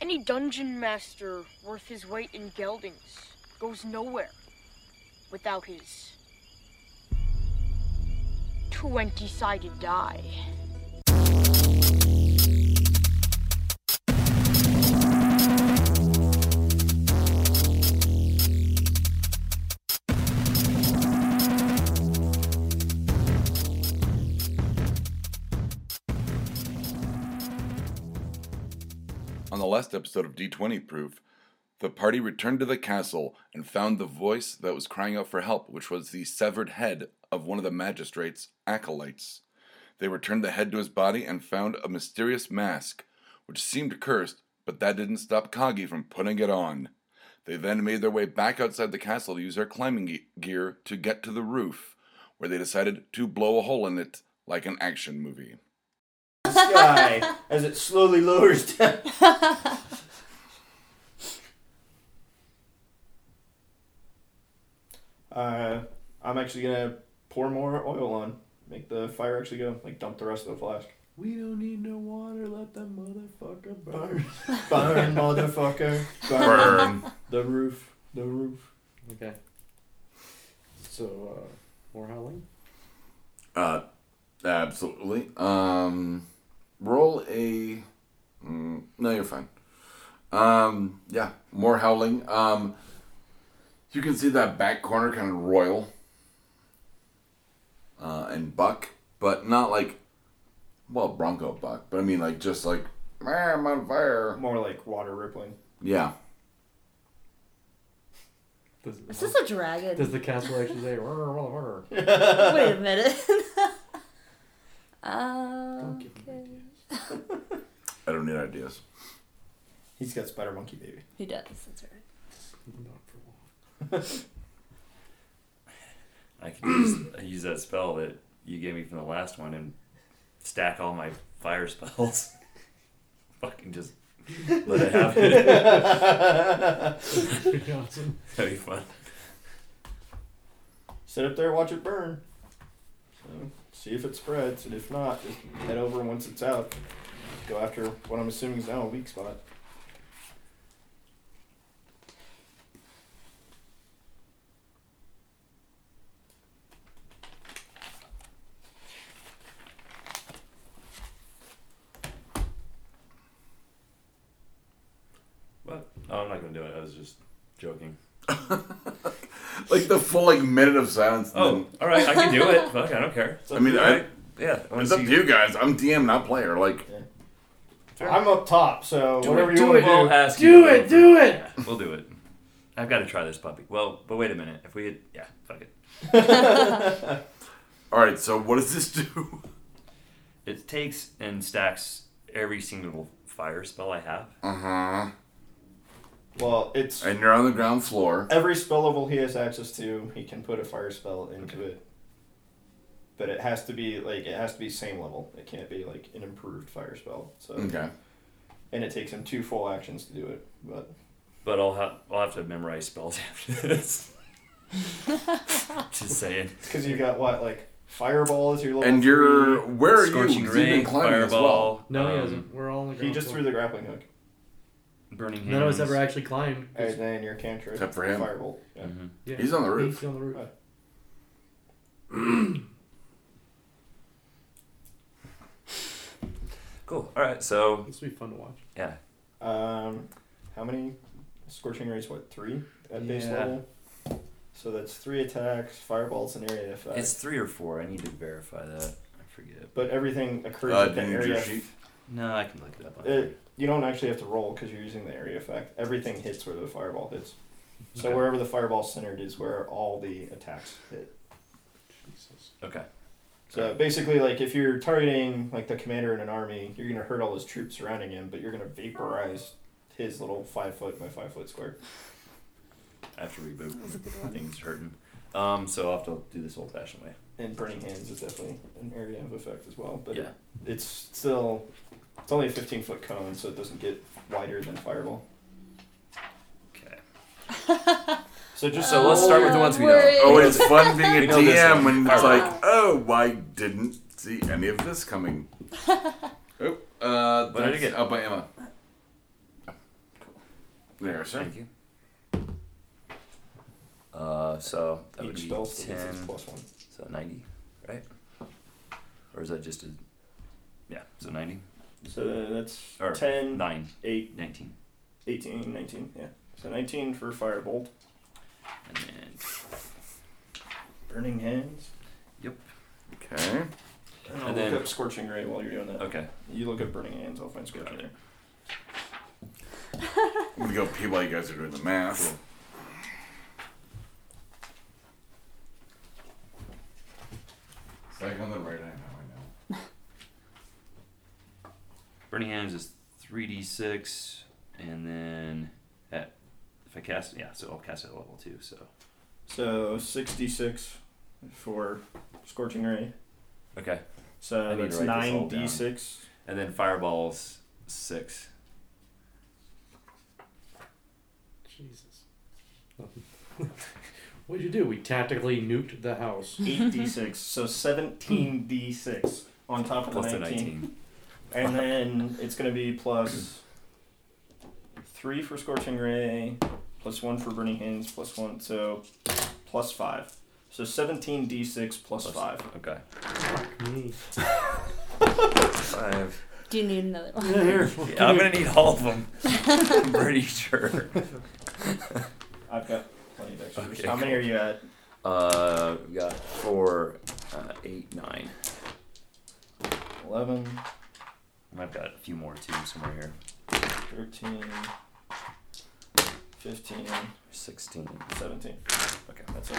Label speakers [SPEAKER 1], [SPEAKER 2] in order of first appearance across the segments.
[SPEAKER 1] Any dungeon master worth his weight in geldings goes nowhere without his 20 sided die.
[SPEAKER 2] On the last episode of D20 Proof, the party returned to the castle and found the voice that was crying out for help, which was the severed head of one of the magistrate's acolytes. They returned the head to his body and found a mysterious mask, which seemed cursed, but that didn't stop Kagi from putting it on. They then made their way back outside the castle to use their climbing ge- gear to get to the roof, where they decided to blow a hole in it like an action movie.
[SPEAKER 3] the sky as it slowly lowers down. uh, I'm actually gonna pour more oil on, make the fire actually go, like dump the rest of the flask.
[SPEAKER 4] We don't need no water, let that motherfucker burn.
[SPEAKER 3] Burn, motherfucker! Burn
[SPEAKER 2] Burn.
[SPEAKER 3] the roof, the roof.
[SPEAKER 4] okay. So, uh, more howling?
[SPEAKER 2] Uh, absolutely. Um, roll a. Mm, no, you're fine. Um, yeah, more howling. Um, you can see that back corner kind of royal. Uh, and buck, but not like, well, bronco buck, but I mean like just like, "Ah, I'm on fire.
[SPEAKER 3] More like water rippling.
[SPEAKER 2] Yeah.
[SPEAKER 4] Does,
[SPEAKER 5] Is this a dragon?
[SPEAKER 4] does the castle actually say, "Rrr, rrr, rrr"?
[SPEAKER 5] Wait a minute. uh,
[SPEAKER 4] give me
[SPEAKER 5] okay.
[SPEAKER 2] I don't need ideas.
[SPEAKER 3] He's got spider monkey baby.
[SPEAKER 5] He does. That's right.
[SPEAKER 4] Not for long.
[SPEAKER 6] I could use, use that spell that you gave me from the last one and stack all my fire spells. Fucking just let it happen.
[SPEAKER 4] Pretty awesome.
[SPEAKER 6] That'd be fun.
[SPEAKER 3] Sit up there, watch it burn. So, see if it spreads, and if not, just head over once it's out. Go after what I'm assuming is now a weak spot.
[SPEAKER 6] But no, I'm not gonna do it. I was just joking.
[SPEAKER 2] Like the full like minute of silence. and
[SPEAKER 6] Oh, all right, I can do it. Fuck, I don't care.
[SPEAKER 2] then- I mean, I,
[SPEAKER 6] Yeah, I wanna
[SPEAKER 2] it's up
[SPEAKER 6] see-
[SPEAKER 2] to you guys. I'm DM, not player. Like,
[SPEAKER 3] I'm up top, so
[SPEAKER 6] Do
[SPEAKER 3] whatever
[SPEAKER 6] it,
[SPEAKER 3] you
[SPEAKER 6] do
[SPEAKER 3] want
[SPEAKER 6] it.
[SPEAKER 3] to do.
[SPEAKER 6] We'll ask
[SPEAKER 4] Do
[SPEAKER 6] you.
[SPEAKER 4] it, do it!
[SPEAKER 6] Yeah, we'll do it. I've got to try this puppy. Well, but wait a minute. If we, had, yeah, fuck it.
[SPEAKER 2] all right, so what does this do?
[SPEAKER 6] It takes and stacks every single fire spell I have.
[SPEAKER 2] Uh huh.
[SPEAKER 3] Well, it's
[SPEAKER 2] And you're on the ground floor.
[SPEAKER 3] every spell level he has access to, he can put a fire spell into it. But it has to be like it has to be same level. It can't be like an improved fire spell. So
[SPEAKER 2] Okay.
[SPEAKER 3] and it takes him two full actions to do it. But
[SPEAKER 6] But I'll have I'll have to memorize spells after this. Just saying.
[SPEAKER 3] because you got what like fireball is your level.
[SPEAKER 2] And you're where are you?
[SPEAKER 6] Scorching
[SPEAKER 2] You've been
[SPEAKER 6] ray,
[SPEAKER 2] climbing as
[SPEAKER 6] fireball.
[SPEAKER 2] well.
[SPEAKER 4] No, he
[SPEAKER 6] um,
[SPEAKER 4] hasn't. We're all on the Mm-hmm.
[SPEAKER 3] three. He
[SPEAKER 4] ground
[SPEAKER 3] just
[SPEAKER 4] floor.
[SPEAKER 3] threw the grappling hook.
[SPEAKER 6] Burning hands.
[SPEAKER 4] None of us ever actually climbed.
[SPEAKER 3] And then your cantrip.
[SPEAKER 2] Except for him.
[SPEAKER 3] Fireball. Yeah.
[SPEAKER 6] Mhm.
[SPEAKER 4] Yeah.
[SPEAKER 2] He's on the roof.
[SPEAKER 4] He's on the roof.
[SPEAKER 3] Right.
[SPEAKER 6] Cool. All right. So
[SPEAKER 4] This will be fun to watch.
[SPEAKER 6] yeah,
[SPEAKER 2] Mm-hmm.
[SPEAKER 3] Um, how many scorching rays? What three at base
[SPEAKER 6] Yeah.
[SPEAKER 3] level? So that's three attacks. Fireballs an area effect.
[SPEAKER 6] it's three or four. I need to verify that. I forget.
[SPEAKER 3] but everything occurs
[SPEAKER 2] Uh,
[SPEAKER 3] at the
[SPEAKER 2] didn't you do
[SPEAKER 3] area.
[SPEAKER 2] sheet?
[SPEAKER 6] No, I can look it up. On
[SPEAKER 3] It, you don't actually have to roll because you're using the area effect. Everything hits where the fireball hits. So wherever the fireball's centered is where all the attacks hit.
[SPEAKER 4] Jesus.
[SPEAKER 6] Okay.
[SPEAKER 3] So basically, like if you're targeting like the commander in an army, you're gonna hurt all his troops surrounding him, but you're gonna vaporize his little five foot by five foot square.
[SPEAKER 6] I have to reboot. Things hurting. Um, so I'll have to do this old fashioned way.
[SPEAKER 3] And burning hands is definitely an area of effect as well. But
[SPEAKER 6] yeah.
[SPEAKER 3] it's still it's only a 15 foot cone so it doesn't get wider than fireball
[SPEAKER 6] Okay.
[SPEAKER 3] so just
[SPEAKER 6] So let's start with the
[SPEAKER 5] Uh,
[SPEAKER 6] ones we
[SPEAKER 5] we're-
[SPEAKER 6] know.
[SPEAKER 2] Oh, it's fun being
[SPEAKER 6] We
[SPEAKER 2] a
[SPEAKER 6] know this
[SPEAKER 2] DM
[SPEAKER 6] one.
[SPEAKER 2] when it's
[SPEAKER 6] Alright.
[SPEAKER 2] like, oh, I didn't see any of this coming. oh, uh,
[SPEAKER 6] What did I
[SPEAKER 2] that's
[SPEAKER 6] get?
[SPEAKER 2] Up by Emma. There, sir.
[SPEAKER 6] Thank you. Uh, so that would
[SPEAKER 3] Each
[SPEAKER 6] be
[SPEAKER 3] spell still gets its
[SPEAKER 6] ten.
[SPEAKER 3] plus one.
[SPEAKER 6] So ninety, right? Or is that just a? Yeah. So ninety.
[SPEAKER 3] So then that's
[SPEAKER 6] Or
[SPEAKER 3] 10,
[SPEAKER 6] Nine.
[SPEAKER 3] 8,
[SPEAKER 6] Nineteen.
[SPEAKER 3] 18, 19. Yeah. So 19 for Firebolt.
[SPEAKER 6] And then.
[SPEAKER 3] Burning Hands.
[SPEAKER 2] Okay.
[SPEAKER 3] And I'll
[SPEAKER 6] And
[SPEAKER 3] look
[SPEAKER 6] then-
[SPEAKER 3] up Scorching Ray while you're doing that.
[SPEAKER 6] Okay.
[SPEAKER 3] You look up Burning Hands, I'll find Scorching Ray.
[SPEAKER 2] I'm gonna go pee while you guys are doing the math. Second on the right, I know, I
[SPEAKER 6] Burning hands is three d six, and then at if I cast yeah, so I'll cast it at level two. So
[SPEAKER 3] So 66 for Scorching Ray.
[SPEAKER 6] okay.
[SPEAKER 3] So
[SPEAKER 6] I need to
[SPEAKER 3] that's
[SPEAKER 6] write this all
[SPEAKER 3] 9d6.
[SPEAKER 6] And then fireballs six.
[SPEAKER 7] Jesus. What'd you do? We tactically nuked the house.
[SPEAKER 3] 8d6. So 17d6 on top of
[SPEAKER 6] Plus
[SPEAKER 3] the
[SPEAKER 6] the
[SPEAKER 3] 19.
[SPEAKER 6] nineteen.
[SPEAKER 3] And then it's going to be plus 3 for Scorching Ray, plus 1 for Burning Hands, plus 1. So plus 5. So 17d6 plus, plus 5.
[SPEAKER 6] Okay.
[SPEAKER 7] Me.
[SPEAKER 6] Five.
[SPEAKER 5] Do you need another one?
[SPEAKER 4] Yeah, here.
[SPEAKER 6] Yeah, I'm gonna need all of them. I'm pretty sure.
[SPEAKER 3] I've got plenty of extras.
[SPEAKER 6] Okay,
[SPEAKER 3] How many
[SPEAKER 6] cool.
[SPEAKER 3] are you at?
[SPEAKER 6] Uh, we got four, uh, eight, nine.
[SPEAKER 3] 11,
[SPEAKER 6] And I've got a few more too somewhere here.
[SPEAKER 3] 13, 15,
[SPEAKER 6] Sixteen.
[SPEAKER 3] 17.
[SPEAKER 6] Okay.
[SPEAKER 3] That's it.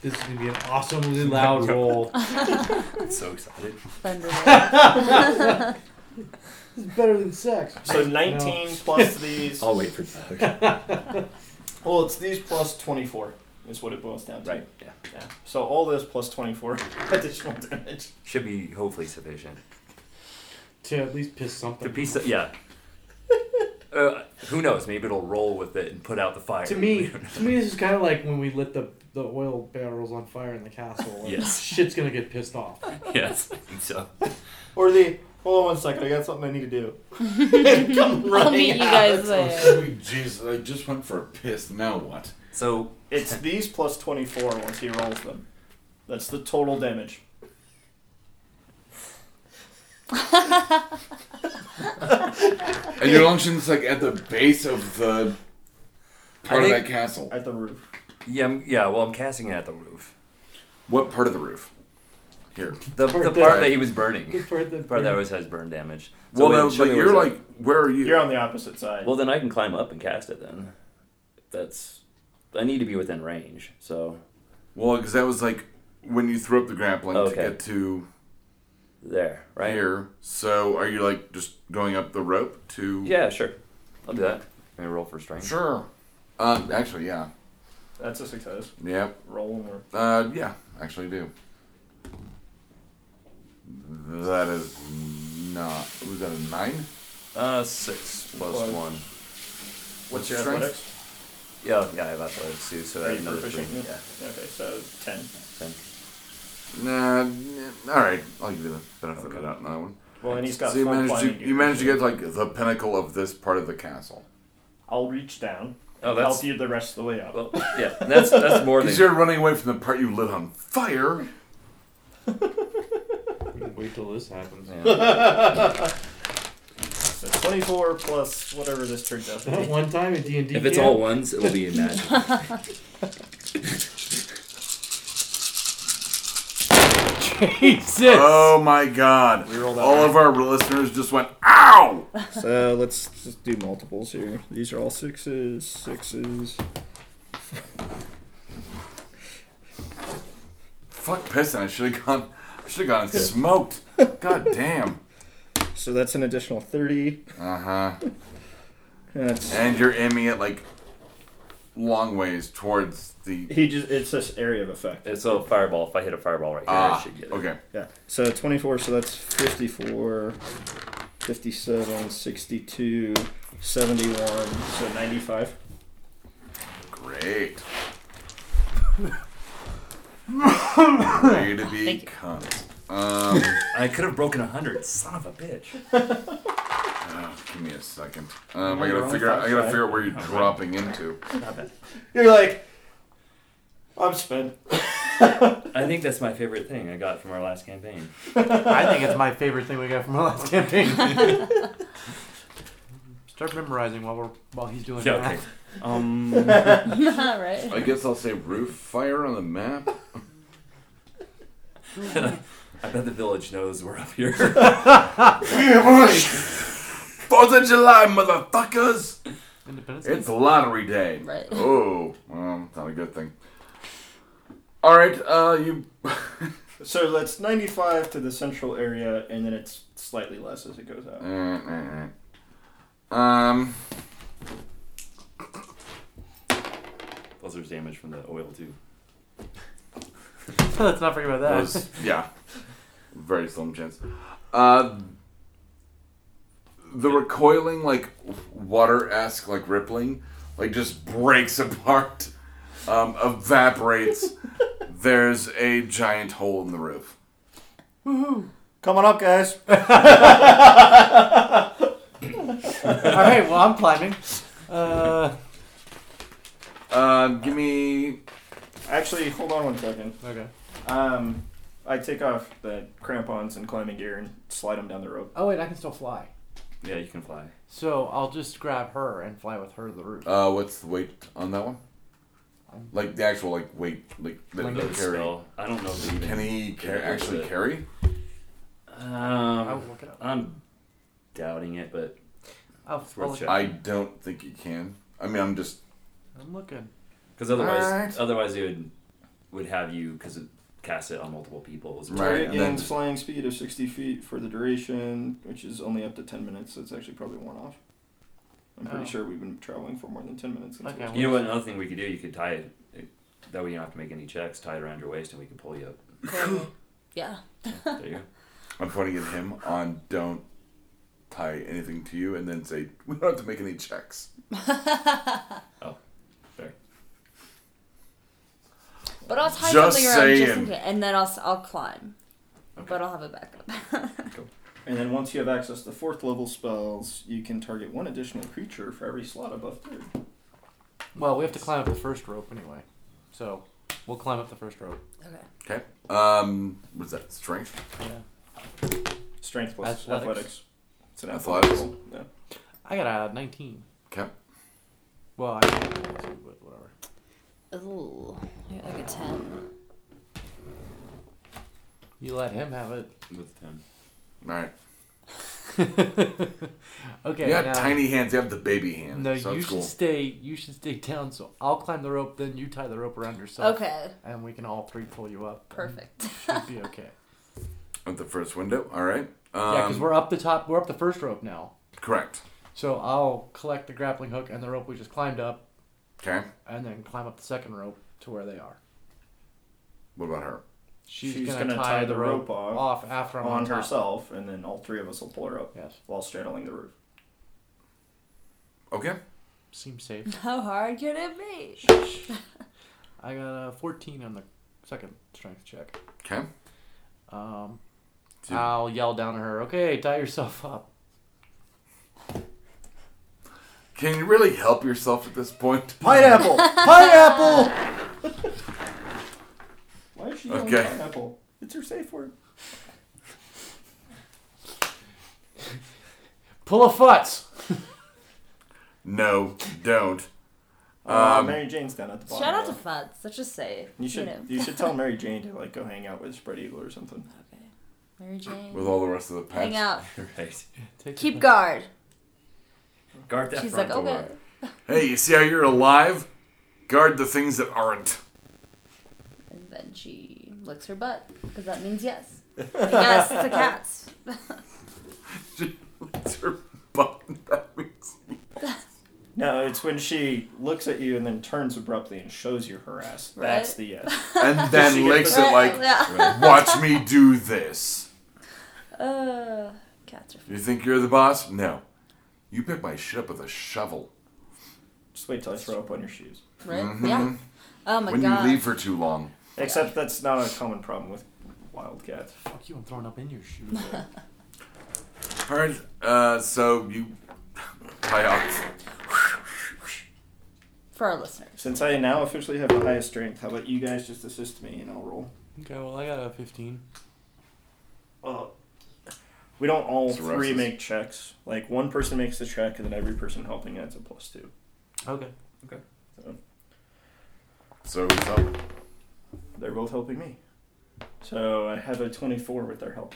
[SPEAKER 7] This is gonna be an awesomely loud roll.
[SPEAKER 6] I'm so excited.
[SPEAKER 5] Thunder.
[SPEAKER 4] This is better than sex.
[SPEAKER 3] So 19 plus these.
[SPEAKER 6] I'll wait for that.
[SPEAKER 3] Well, it's these plus 24 is what it boils down to.
[SPEAKER 6] right. Yeah.
[SPEAKER 3] Yeah. So all this plus 24 additional damage.
[SPEAKER 6] Should be hopefully sufficient.
[SPEAKER 7] to at least piss
[SPEAKER 6] The
[SPEAKER 7] something.
[SPEAKER 6] piece that yeah. Uh, who knows? Maybe it'll roll with it and put out the fire.
[SPEAKER 7] to me, to me, this is kind of like when we lit the the oil barrels on fire in the castle. Like,
[SPEAKER 6] Yes.
[SPEAKER 7] shit's gonna get pissed off.
[SPEAKER 6] yes. I think so.
[SPEAKER 3] Or the. Hold on one second, I got something I need to do. Come
[SPEAKER 5] I'll
[SPEAKER 3] running
[SPEAKER 5] meet you
[SPEAKER 3] out.
[SPEAKER 5] guys there.
[SPEAKER 2] know. Sweet Jesus, I just went for a piss. Now what?
[SPEAKER 6] So
[SPEAKER 3] It's these plus 24 once he rolls them. That's the total damage.
[SPEAKER 2] And you're launching this like at the base of the part
[SPEAKER 6] I
[SPEAKER 2] of
[SPEAKER 6] think-
[SPEAKER 2] that castle.
[SPEAKER 3] At the roof.
[SPEAKER 6] yeah, I'm, yeah. Well, I'm casting it at the roof.
[SPEAKER 2] What part of the roof? Here.
[SPEAKER 6] The,
[SPEAKER 7] Or
[SPEAKER 6] the
[SPEAKER 7] the-
[SPEAKER 6] part that he was burning.
[SPEAKER 7] Good for the
[SPEAKER 6] The part that was has burn damage. So
[SPEAKER 2] Well,
[SPEAKER 6] wait,
[SPEAKER 2] no,
[SPEAKER 6] show
[SPEAKER 2] but
[SPEAKER 6] me where
[SPEAKER 2] you're
[SPEAKER 6] it's at.
[SPEAKER 2] like, where are you?
[SPEAKER 3] You're on the opposite side.
[SPEAKER 6] Well, then I can climb up and cast it. Then that's. I need to be within range. So
[SPEAKER 2] Well, because that was like when you threw up the grappling to
[SPEAKER 6] Okay.
[SPEAKER 2] get to
[SPEAKER 6] there, right?
[SPEAKER 2] here. So are you like just going up the rope to?
[SPEAKER 6] Yeah, sure. I'll do that. Can I roll for strength?
[SPEAKER 2] Sure. Um, actually, yeah.
[SPEAKER 3] That's a success.
[SPEAKER 2] Yep.
[SPEAKER 3] Roll and work.
[SPEAKER 2] Uh, yeah. Actually, do. That is not. Was that a nine?
[SPEAKER 6] Uh, six plus
[SPEAKER 3] Five.
[SPEAKER 6] one.
[SPEAKER 2] What's
[SPEAKER 3] your
[SPEAKER 2] strength?
[SPEAKER 3] athletics?
[SPEAKER 6] Yeah, yeah, I have athletics too, so I
[SPEAKER 3] Are
[SPEAKER 6] have
[SPEAKER 3] you
[SPEAKER 6] another
[SPEAKER 3] proficient?
[SPEAKER 6] three. Yeah,
[SPEAKER 3] Okay, so 10.
[SPEAKER 6] ten.
[SPEAKER 2] Nah. n- All right. I'll give you the benefit of the doubt on that one.
[SPEAKER 3] Well, and he's got
[SPEAKER 2] so you
[SPEAKER 3] four
[SPEAKER 2] managed to
[SPEAKER 3] climbing
[SPEAKER 2] you managed to get like the pinnacle of this part of the castle.
[SPEAKER 3] I'll reach down.
[SPEAKER 6] Oh,
[SPEAKER 3] and
[SPEAKER 6] that's-
[SPEAKER 3] help you the rest of the way up.
[SPEAKER 6] Well, yeah, that's that's more
[SPEAKER 2] Because
[SPEAKER 6] than.
[SPEAKER 2] you're running away from the part you lit on fire.
[SPEAKER 7] We can wait till this happens.
[SPEAKER 6] Yeah.
[SPEAKER 3] So 24 plus whatever this turns out to
[SPEAKER 7] That
[SPEAKER 3] be.
[SPEAKER 7] one time at D and D.
[SPEAKER 6] If it's all ones, it will be magic.
[SPEAKER 7] Jesus.
[SPEAKER 2] Oh my god.
[SPEAKER 3] We rolled out
[SPEAKER 2] All
[SPEAKER 3] right.
[SPEAKER 2] of our listeners just went, ow!
[SPEAKER 3] So let's just do multiples here. These are all sixes, sixes.
[SPEAKER 2] Fuck pissing. I should have gone. I should have gone and smoked. God damn.
[SPEAKER 3] So that's an additional 30.
[SPEAKER 2] Uh huh.
[SPEAKER 3] That's
[SPEAKER 2] And you're aiming it like long ways towards the.
[SPEAKER 3] he just it's this area of effect.
[SPEAKER 6] It's a fireball. If I hit a fireball right here, I
[SPEAKER 2] Ah,
[SPEAKER 6] should get it.
[SPEAKER 2] okay.
[SPEAKER 3] Yeah. So 24, so that's 54, 57, 62, 71, so 95.
[SPEAKER 2] Great. Ready to be
[SPEAKER 5] Thank you.
[SPEAKER 2] cunt. Um,
[SPEAKER 6] I could have broken a hundred. Son of a bitch.
[SPEAKER 2] give me a second. second. Um, I
[SPEAKER 3] you're
[SPEAKER 2] gotta
[SPEAKER 3] only
[SPEAKER 2] figure out. I gotta
[SPEAKER 3] five shy.
[SPEAKER 2] figure out where you're dropping into.
[SPEAKER 3] You're like, I'm spent.
[SPEAKER 6] I think that's my favorite thing I got from our last campaign.
[SPEAKER 4] I think it's my favorite thing we got from our last campaign. Start memorizing while we're while he's doing
[SPEAKER 6] Yeah,
[SPEAKER 4] that.
[SPEAKER 6] okay. Um,
[SPEAKER 5] right?
[SPEAKER 2] I guess I'll say roof fire on the map.
[SPEAKER 6] I bet the village knows we're up here.
[SPEAKER 2] Fourth of July, motherfuckers!
[SPEAKER 4] Independence.
[SPEAKER 2] It's lottery day.
[SPEAKER 5] Right.
[SPEAKER 2] Oh, well, it's not a good thing. All right, uh, you.
[SPEAKER 3] So that's 95 to the central area, and then it's slightly less as it goes out.
[SPEAKER 2] uh, um,
[SPEAKER 6] Plus, there's damage from the oil too.
[SPEAKER 4] Let's not forget about that.
[SPEAKER 2] was yeah, very slim chance. Uh, the recoiling like water esque like rippling like just breaks apart, um, evaporates. There's a giant hole in the roof.
[SPEAKER 3] Come on up, guys.
[SPEAKER 4] All right. Well, I'm climbing. Uh,
[SPEAKER 2] Uh, give me
[SPEAKER 3] Actually, hold on one second.
[SPEAKER 4] okay.
[SPEAKER 3] Um, I take off the crampons and climbing gear and slide them down the rope.
[SPEAKER 4] Oh wait, I can still fly.
[SPEAKER 6] Yeah, you can fly.
[SPEAKER 4] So I'll just grab her and fly with her to the roof.
[SPEAKER 2] uh, what's the weight on that one? Like the actual like weight like that
[SPEAKER 4] Like
[SPEAKER 2] they'll
[SPEAKER 6] The
[SPEAKER 2] carry.
[SPEAKER 6] spell. I don't know if it even.
[SPEAKER 2] Can he car- actually carry?
[SPEAKER 4] I'll
[SPEAKER 6] Um,
[SPEAKER 4] look it up.
[SPEAKER 6] I'm doubting it, but
[SPEAKER 4] I'll,
[SPEAKER 6] it's
[SPEAKER 4] I'll
[SPEAKER 6] worth
[SPEAKER 4] look,
[SPEAKER 6] checking.
[SPEAKER 2] I don't think he can. I mean, I'm just
[SPEAKER 4] I'm looking.
[SPEAKER 6] Because otherwise,
[SPEAKER 2] Alright.
[SPEAKER 6] otherwise it would would have you because it cast it on multiple people. As well.
[SPEAKER 2] Right,
[SPEAKER 3] Target
[SPEAKER 2] and
[SPEAKER 3] gains
[SPEAKER 2] then-
[SPEAKER 3] flying speed of 60 feet for the duration, which is only up to 10 minutes, so it's actually probably worn off. I'm pretty
[SPEAKER 4] Oh.
[SPEAKER 3] sure we've been traveling for more than 10 minutes. since
[SPEAKER 4] Okay.
[SPEAKER 3] we-
[SPEAKER 6] You know what? Another thing we could do, you could tie it. it that way you don't have to make any checks. Tie it around your waist, and we can pull you up.
[SPEAKER 5] yeah.
[SPEAKER 6] There you go.
[SPEAKER 2] I'm pointing at him on don't tie anything to you and then say, we don't have to make any checks.
[SPEAKER 6] Fair.
[SPEAKER 5] But I'll tie
[SPEAKER 2] Just
[SPEAKER 5] something around just
[SPEAKER 2] saying.
[SPEAKER 5] in case, and then I'll s- I'll climb.
[SPEAKER 6] Okay.
[SPEAKER 5] But I'll have a backup.
[SPEAKER 3] And then once you have access to fourth level spells, you can target one additional creature for every slot above third.
[SPEAKER 4] Well, we have to climb up the first rope anyway, so we'll climb up the first rope.
[SPEAKER 5] okay.
[SPEAKER 2] Okay. Um, what's that? Strength?
[SPEAKER 4] Yeah.
[SPEAKER 3] Strength plus
[SPEAKER 4] Athletics.
[SPEAKER 3] athletics. It's an
[SPEAKER 2] Athletics?
[SPEAKER 3] athletic roll, Yeah.
[SPEAKER 4] I got a 19.
[SPEAKER 2] Okay.
[SPEAKER 4] Well, I but whatever.
[SPEAKER 5] Ooh, you're like a ten.
[SPEAKER 4] You let him have it.
[SPEAKER 6] With ten.
[SPEAKER 2] All right.
[SPEAKER 4] okay.
[SPEAKER 2] You got
[SPEAKER 4] now-
[SPEAKER 2] tiny hands. You have the baby hand.
[SPEAKER 4] No,
[SPEAKER 2] so
[SPEAKER 4] you
[SPEAKER 2] it's
[SPEAKER 4] should
[SPEAKER 2] cool.
[SPEAKER 4] stay. You should stay down. So I'll climb the rope, then you tie the rope around yourself.
[SPEAKER 5] Okay,
[SPEAKER 4] And we can all three pull you up.
[SPEAKER 5] perfect.
[SPEAKER 4] Should be okay.
[SPEAKER 2] At the first window. All right.
[SPEAKER 4] Yeah,
[SPEAKER 2] Um,
[SPEAKER 4] yeah, because we're up the top. We're up the first rope now.
[SPEAKER 2] Correct.
[SPEAKER 4] So I'll collect the grappling hook and the rope we just climbed up,
[SPEAKER 2] Okay.
[SPEAKER 4] and then climb up the second rope to where they are.
[SPEAKER 2] What about her?
[SPEAKER 4] She's,
[SPEAKER 3] She's
[SPEAKER 4] gonna,
[SPEAKER 3] gonna
[SPEAKER 4] tie, the rope, off, after I'm on,
[SPEAKER 3] On
[SPEAKER 4] top.
[SPEAKER 3] herself, and then all three of us will pull her up
[SPEAKER 4] Yes,
[SPEAKER 3] while straddling the roof.
[SPEAKER 2] Okay.
[SPEAKER 4] seems safe.
[SPEAKER 5] How hard can it be?
[SPEAKER 4] I got a 14 on the second strength check.
[SPEAKER 2] Okay.
[SPEAKER 4] Um,
[SPEAKER 2] Dude.
[SPEAKER 4] I'll yell down at her, okay, tie yourself up.
[SPEAKER 2] Can you really help yourself at this point?
[SPEAKER 3] Pineapple! pineapple! Why is she yelling
[SPEAKER 2] Okay.
[SPEAKER 3] pineapple? It's her safe word.
[SPEAKER 4] Pull a futz!
[SPEAKER 2] No, don't.
[SPEAKER 3] uh,
[SPEAKER 2] Um,
[SPEAKER 3] Mary Jane's down at the bottom.
[SPEAKER 5] Shout out to
[SPEAKER 3] yeah.
[SPEAKER 5] Fuds. That's just safe.
[SPEAKER 3] you should
[SPEAKER 5] know.
[SPEAKER 3] you should tell Mary Jane to like go hang out with Spread Eagle or something.
[SPEAKER 5] Okay. Mary Jane.
[SPEAKER 2] With all the rest of the pets.
[SPEAKER 5] Hang out.
[SPEAKER 6] right.
[SPEAKER 4] Take
[SPEAKER 5] Keep
[SPEAKER 4] the-
[SPEAKER 5] guard.
[SPEAKER 6] Guard that
[SPEAKER 5] She's
[SPEAKER 6] front
[SPEAKER 5] like,
[SPEAKER 6] door.
[SPEAKER 5] okay.
[SPEAKER 2] Hey, you see how you're alive? Guard the things that aren't.
[SPEAKER 5] And then she licks her butt because that means yes. yes to cats.
[SPEAKER 2] It's her button. That means
[SPEAKER 3] No, it's when she looks at you and then turns abruptly and shows you her ass. That's
[SPEAKER 5] Right.
[SPEAKER 3] the yes.
[SPEAKER 2] and
[SPEAKER 3] She
[SPEAKER 2] then
[SPEAKER 3] gets
[SPEAKER 2] licks
[SPEAKER 3] the-
[SPEAKER 2] it like, watch me do this.
[SPEAKER 5] Uh, cats are.
[SPEAKER 2] You think you're the boss? No. You pick my shit up with a shovel.
[SPEAKER 3] Just wait till I throw up on your shoes.
[SPEAKER 5] f- Right? Yeah. Oh
[SPEAKER 2] Mm-hmm.
[SPEAKER 5] my
[SPEAKER 2] when
[SPEAKER 5] god.
[SPEAKER 2] you leave for too long.
[SPEAKER 3] Except that's not a common problem with wildcats.
[SPEAKER 4] Fuck you, I'm throwing up in your shoes.
[SPEAKER 2] All right. Uh, so you high off.
[SPEAKER 5] for our listeners.
[SPEAKER 3] Since I now officially have the highest strength, how about you guys just assist me and I'll roll?
[SPEAKER 4] Okay, well, I got a 15.
[SPEAKER 3] Well, we don't all
[SPEAKER 2] So Russ
[SPEAKER 3] three
[SPEAKER 2] is-
[SPEAKER 3] make checks. Like one person makes the check, and then every person helping adds a plus two.
[SPEAKER 4] Okay.
[SPEAKER 2] So who's up?
[SPEAKER 3] They're both helping me, so I have a twenty-four with their help.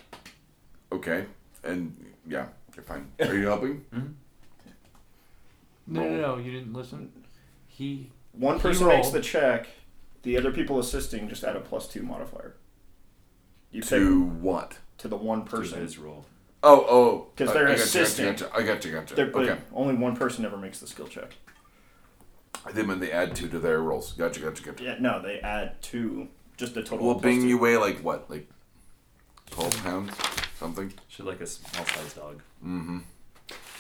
[SPEAKER 2] Okay. And yeah, you're fine. Are you helping?
[SPEAKER 4] No, no,
[SPEAKER 2] Roll.
[SPEAKER 4] no, you didn't listen. He.
[SPEAKER 3] One
[SPEAKER 4] He
[SPEAKER 3] person makes
[SPEAKER 4] rolled.
[SPEAKER 3] the check, the other people assisting just add a plus two modifier. You pick
[SPEAKER 2] To what?
[SPEAKER 3] to the one
[SPEAKER 6] Person
[SPEAKER 3] person.
[SPEAKER 6] is roll.
[SPEAKER 2] Oh, oh.
[SPEAKER 3] 'Cause
[SPEAKER 2] I-
[SPEAKER 3] they're
[SPEAKER 2] I gotcha,
[SPEAKER 3] assisting.
[SPEAKER 2] Gotcha, gotcha, I gotcha, gotcha.
[SPEAKER 3] They're- but
[SPEAKER 2] Okay.
[SPEAKER 3] Only one person ever makes the skill check.
[SPEAKER 2] I think when they add two to their rolls. Gotcha, gotcha, gotcha.
[SPEAKER 3] Yeah, no, they add two, just the total.
[SPEAKER 2] Well,
[SPEAKER 3] plus
[SPEAKER 2] Bing,
[SPEAKER 3] two.
[SPEAKER 2] you weigh like what? Like 12 pounds? Something?
[SPEAKER 6] Should like a small sized dog. Mm-hmm.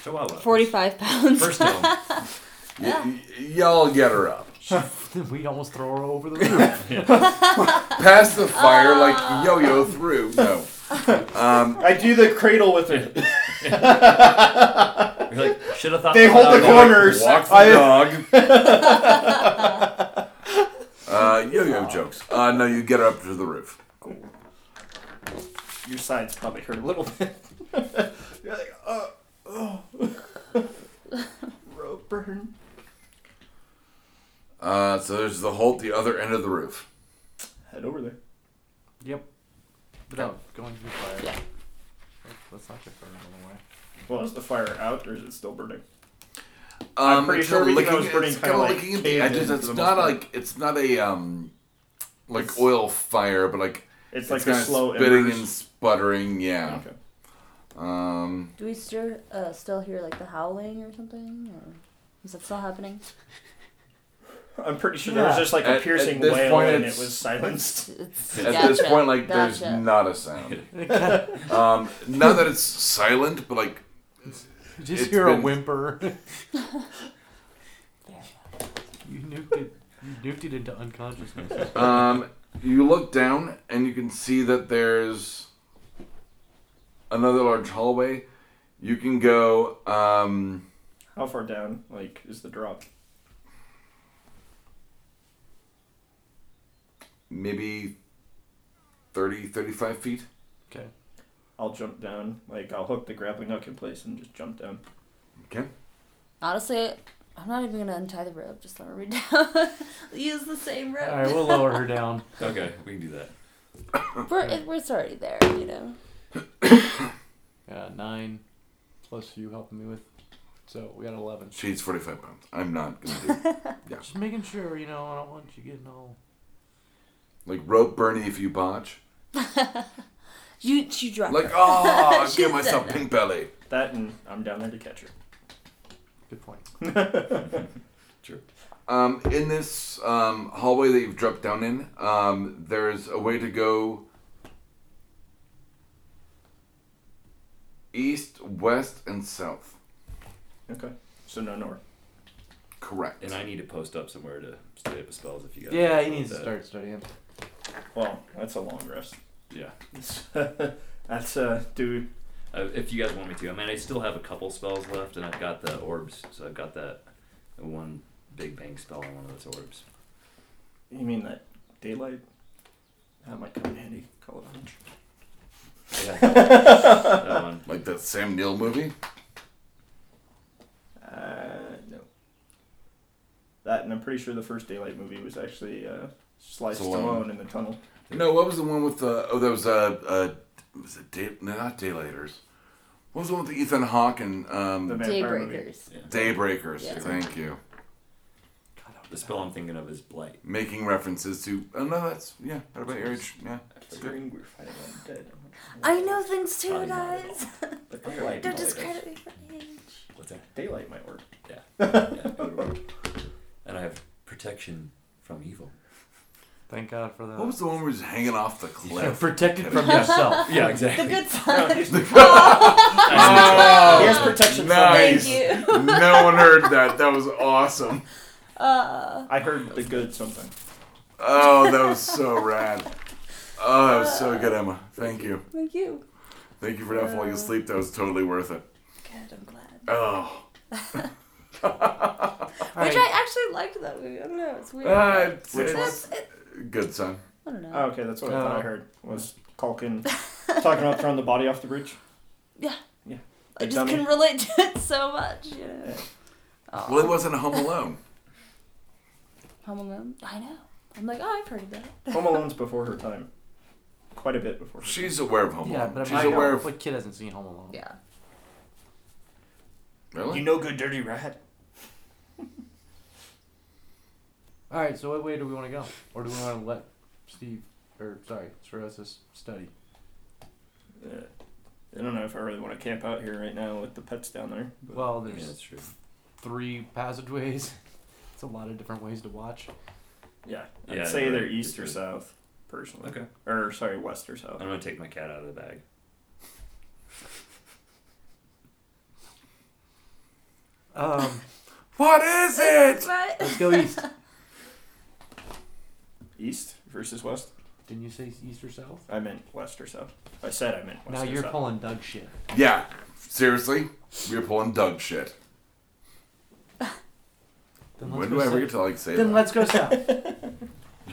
[SPEAKER 6] Chihuahua.
[SPEAKER 5] Forty-five pounds.
[SPEAKER 6] First of all,
[SPEAKER 2] Y- y- y'all get her up.
[SPEAKER 4] we almost throw her over the roof.
[SPEAKER 2] Pass the fire like yo yo through. No. Um,
[SPEAKER 3] I do the cradle with it.
[SPEAKER 6] you're like, should have thought
[SPEAKER 3] They
[SPEAKER 6] that
[SPEAKER 3] hold the
[SPEAKER 2] like,
[SPEAKER 6] out.
[SPEAKER 3] corners.
[SPEAKER 2] walk the
[SPEAKER 3] I-
[SPEAKER 2] dog. uh, yo yo jokes. Uh, no, you get her up to the roof.
[SPEAKER 3] Your sides probably hurt a little bit. You're like, oh, oh. Rope burn.
[SPEAKER 2] Uh, so there's the hole at the other end of the roof.
[SPEAKER 3] Head over there.
[SPEAKER 4] yep. No, going through fire. Yeah. Let's not get burned on the way.
[SPEAKER 3] Well, is the fire out or is it still burning?
[SPEAKER 2] Um,
[SPEAKER 3] pretty
[SPEAKER 2] it's
[SPEAKER 3] sure
[SPEAKER 2] kinda
[SPEAKER 3] everything I was
[SPEAKER 2] licking-
[SPEAKER 3] burning
[SPEAKER 2] it's
[SPEAKER 3] kinda,
[SPEAKER 2] kinda
[SPEAKER 3] like,
[SPEAKER 2] licking at the
[SPEAKER 3] caved
[SPEAKER 2] edges.
[SPEAKER 3] in for
[SPEAKER 2] It's
[SPEAKER 3] the
[SPEAKER 2] not
[SPEAKER 3] most part.
[SPEAKER 2] like it's not a um, like oil fire, but like
[SPEAKER 3] It's like
[SPEAKER 2] kinda
[SPEAKER 3] a slow
[SPEAKER 2] spitting
[SPEAKER 3] embers.
[SPEAKER 2] and sputtering. Yeah.
[SPEAKER 3] Okay.
[SPEAKER 2] Um,
[SPEAKER 5] Do we still uh, still hear like the howling or something? Or is that still happening?
[SPEAKER 3] I'm pretty sure there was
[SPEAKER 4] Yeah.
[SPEAKER 3] just like a
[SPEAKER 2] At-
[SPEAKER 3] piercing
[SPEAKER 2] at this
[SPEAKER 3] wail
[SPEAKER 2] point,
[SPEAKER 3] and it
[SPEAKER 2] it's-
[SPEAKER 3] was silenced.
[SPEAKER 5] It's,
[SPEAKER 2] at this point, like there's not a sound. um, not that it's silent, but like
[SPEAKER 4] Just
[SPEAKER 2] It's
[SPEAKER 4] hear a
[SPEAKER 2] been-
[SPEAKER 4] whimper. you nuked it. You nuked it into unconsciousness.
[SPEAKER 2] Um, you look down and you can see that there's another large hallway. You can go. Um,
[SPEAKER 3] How far down, like, is the drop?
[SPEAKER 2] maybe 30, 35 feet.
[SPEAKER 4] Okay.
[SPEAKER 3] I'll jump down. Like, I'll hook the grappling hook in place and just jump down.
[SPEAKER 2] Okay.
[SPEAKER 5] Honestly, I'm not even gonna untie the rope. Just let her be down. Use the same rope.
[SPEAKER 4] All right, we'll lower her down.
[SPEAKER 6] Okay, we can do that.
[SPEAKER 5] We're, it, we're already there, you know.
[SPEAKER 4] Yeah, nine plus you helping me with. So we got 11.
[SPEAKER 2] She's 45 pounds. I'm not going to do
[SPEAKER 4] Just making sure, you know, I don't want you getting all.
[SPEAKER 2] Like rope Bernie if you botch.
[SPEAKER 5] You you drop.
[SPEAKER 2] Like,
[SPEAKER 5] her.
[SPEAKER 2] oh, I
[SPEAKER 5] She's
[SPEAKER 2] give myself
[SPEAKER 5] done
[SPEAKER 2] pink belly.
[SPEAKER 3] That and I'm down there to catch her.
[SPEAKER 4] Good point.
[SPEAKER 2] Um, in this um, hallway that you've dropped down in, um, there's a way to go east, west, and south.
[SPEAKER 3] Okay. So no north.
[SPEAKER 2] Correct.
[SPEAKER 6] And I need to post up somewhere to stay up with spells if you guys.
[SPEAKER 4] Yeah,
[SPEAKER 6] want
[SPEAKER 4] he needs to
[SPEAKER 6] that.
[SPEAKER 4] start studying.
[SPEAKER 3] Well, that's a long rest.
[SPEAKER 6] Yeah.
[SPEAKER 3] that's, uh, do
[SPEAKER 6] Uh, if you guys want me to. I mean, I still have a couple spells left, and I've got the orbs, so I've got that one big bang spell on one of those orbs.
[SPEAKER 3] you mean that daylight? That might come in handy. Call it a hunch.
[SPEAKER 6] Yeah. that one.
[SPEAKER 2] like that Sam Neill movie?
[SPEAKER 3] Uh, no. That, and I'm pretty sure the first daylight movie was actually, uh, Sliced
[SPEAKER 2] Stallone.
[SPEAKER 3] Stallone in the tunnel.
[SPEAKER 2] No, what was the one with the. Oh, that was Uh, uh, was it Day. No, not Daylighters. What was the one with Ethan Hawke and
[SPEAKER 3] The
[SPEAKER 2] um,
[SPEAKER 3] vampire movie.
[SPEAKER 5] Daybreakers.
[SPEAKER 2] Daybreakers?
[SPEAKER 5] Yeah.
[SPEAKER 2] Thank you.
[SPEAKER 6] The spell I'm thinking of is blight.
[SPEAKER 2] Making references to. Oh, no, that's. Yeah, right about your age. Yeah.
[SPEAKER 3] The green we're fighting on dead.
[SPEAKER 5] I know things too,
[SPEAKER 6] Probably not at
[SPEAKER 5] guys.
[SPEAKER 3] But daylight
[SPEAKER 5] Don't
[SPEAKER 3] might work.
[SPEAKER 5] discredit me for age.
[SPEAKER 6] What's that?
[SPEAKER 3] Daylight might work.
[SPEAKER 6] Yeah. yeah it would work. and I have protection from evil.
[SPEAKER 4] Thank God for that.
[SPEAKER 2] What was the one where he's hanging off the
[SPEAKER 4] You're
[SPEAKER 2] cliff?
[SPEAKER 4] protected from yourself.
[SPEAKER 6] Yeah,
[SPEAKER 5] The
[SPEAKER 6] exactly.
[SPEAKER 5] good side.
[SPEAKER 2] Oh,
[SPEAKER 3] He has protection
[SPEAKER 2] nice.
[SPEAKER 3] from
[SPEAKER 5] Thank you.
[SPEAKER 2] no one heard that. That was awesome.
[SPEAKER 5] Uh,
[SPEAKER 3] I heard the good something.
[SPEAKER 2] Oh, that was so rad. Oh, that was so good, Emma. Thank you.
[SPEAKER 5] thank you.
[SPEAKER 2] Thank you for not falling asleep. That was totally worth it.
[SPEAKER 5] Good. I'm glad.
[SPEAKER 2] Oh,
[SPEAKER 5] Which I actually liked that movie. I don't know. Uh, It's weird. Uh,
[SPEAKER 2] Ah, it's,
[SPEAKER 3] Which
[SPEAKER 2] it's
[SPEAKER 5] That's-
[SPEAKER 2] good, son.
[SPEAKER 5] I don't know.
[SPEAKER 3] Oh, okay, that's what I thought I
[SPEAKER 4] Oh.
[SPEAKER 3] heard was Culkin talking about throwing the body off the bridge.
[SPEAKER 5] I just
[SPEAKER 3] dummy.
[SPEAKER 5] can relate to it so much. You know. Aw.
[SPEAKER 2] Well, it wasn't a Home Alone.
[SPEAKER 5] Home Alone. I know. I'm like, oh, I've heard of that.
[SPEAKER 3] Home Alone's before her time, quite a bit before. Her
[SPEAKER 2] She's aware of Home
[SPEAKER 4] Yeah,
[SPEAKER 2] Alone.
[SPEAKER 4] but
[SPEAKER 2] She's aware of.
[SPEAKER 4] what kid hasn't seen Home Alone?
[SPEAKER 5] Yeah.
[SPEAKER 3] time.
[SPEAKER 2] Really?
[SPEAKER 3] you no good, dirty rat.
[SPEAKER 4] All right, so what way do we want to go, or do we want to let Steve, or sorry, Cirrhosis study?
[SPEAKER 3] Uh, I don't know if I really want to camp out here right now with the pets down there.
[SPEAKER 4] Well,
[SPEAKER 6] Yeah,
[SPEAKER 4] there's
[SPEAKER 6] that's true.
[SPEAKER 4] three passageways. It's a lot of different ways to watch.
[SPEAKER 3] Yeah, I'd
[SPEAKER 6] Yeah,
[SPEAKER 3] say
[SPEAKER 6] you're
[SPEAKER 3] either
[SPEAKER 6] right.
[SPEAKER 3] east or
[SPEAKER 6] You're
[SPEAKER 3] south, personally.
[SPEAKER 6] Okay.
[SPEAKER 3] Or sorry, west or
[SPEAKER 6] I'm
[SPEAKER 3] south.
[SPEAKER 6] gonna take my cat out of the bag.
[SPEAKER 4] Um,
[SPEAKER 2] What is it?
[SPEAKER 5] But
[SPEAKER 4] let's go east.
[SPEAKER 3] East versus west.
[SPEAKER 4] Didn't you say east or south?
[SPEAKER 3] I meant west or south. I said I meant west.
[SPEAKER 4] now
[SPEAKER 3] or
[SPEAKER 4] you're
[SPEAKER 3] south.
[SPEAKER 4] pulling Doug shit.
[SPEAKER 2] Yeah, seriously, we're pulling Doug shit.
[SPEAKER 4] Then let's
[SPEAKER 2] When
[SPEAKER 4] go
[SPEAKER 2] do I ever
[SPEAKER 4] south.
[SPEAKER 2] get to like say
[SPEAKER 4] Then
[SPEAKER 2] that?
[SPEAKER 4] let's go south.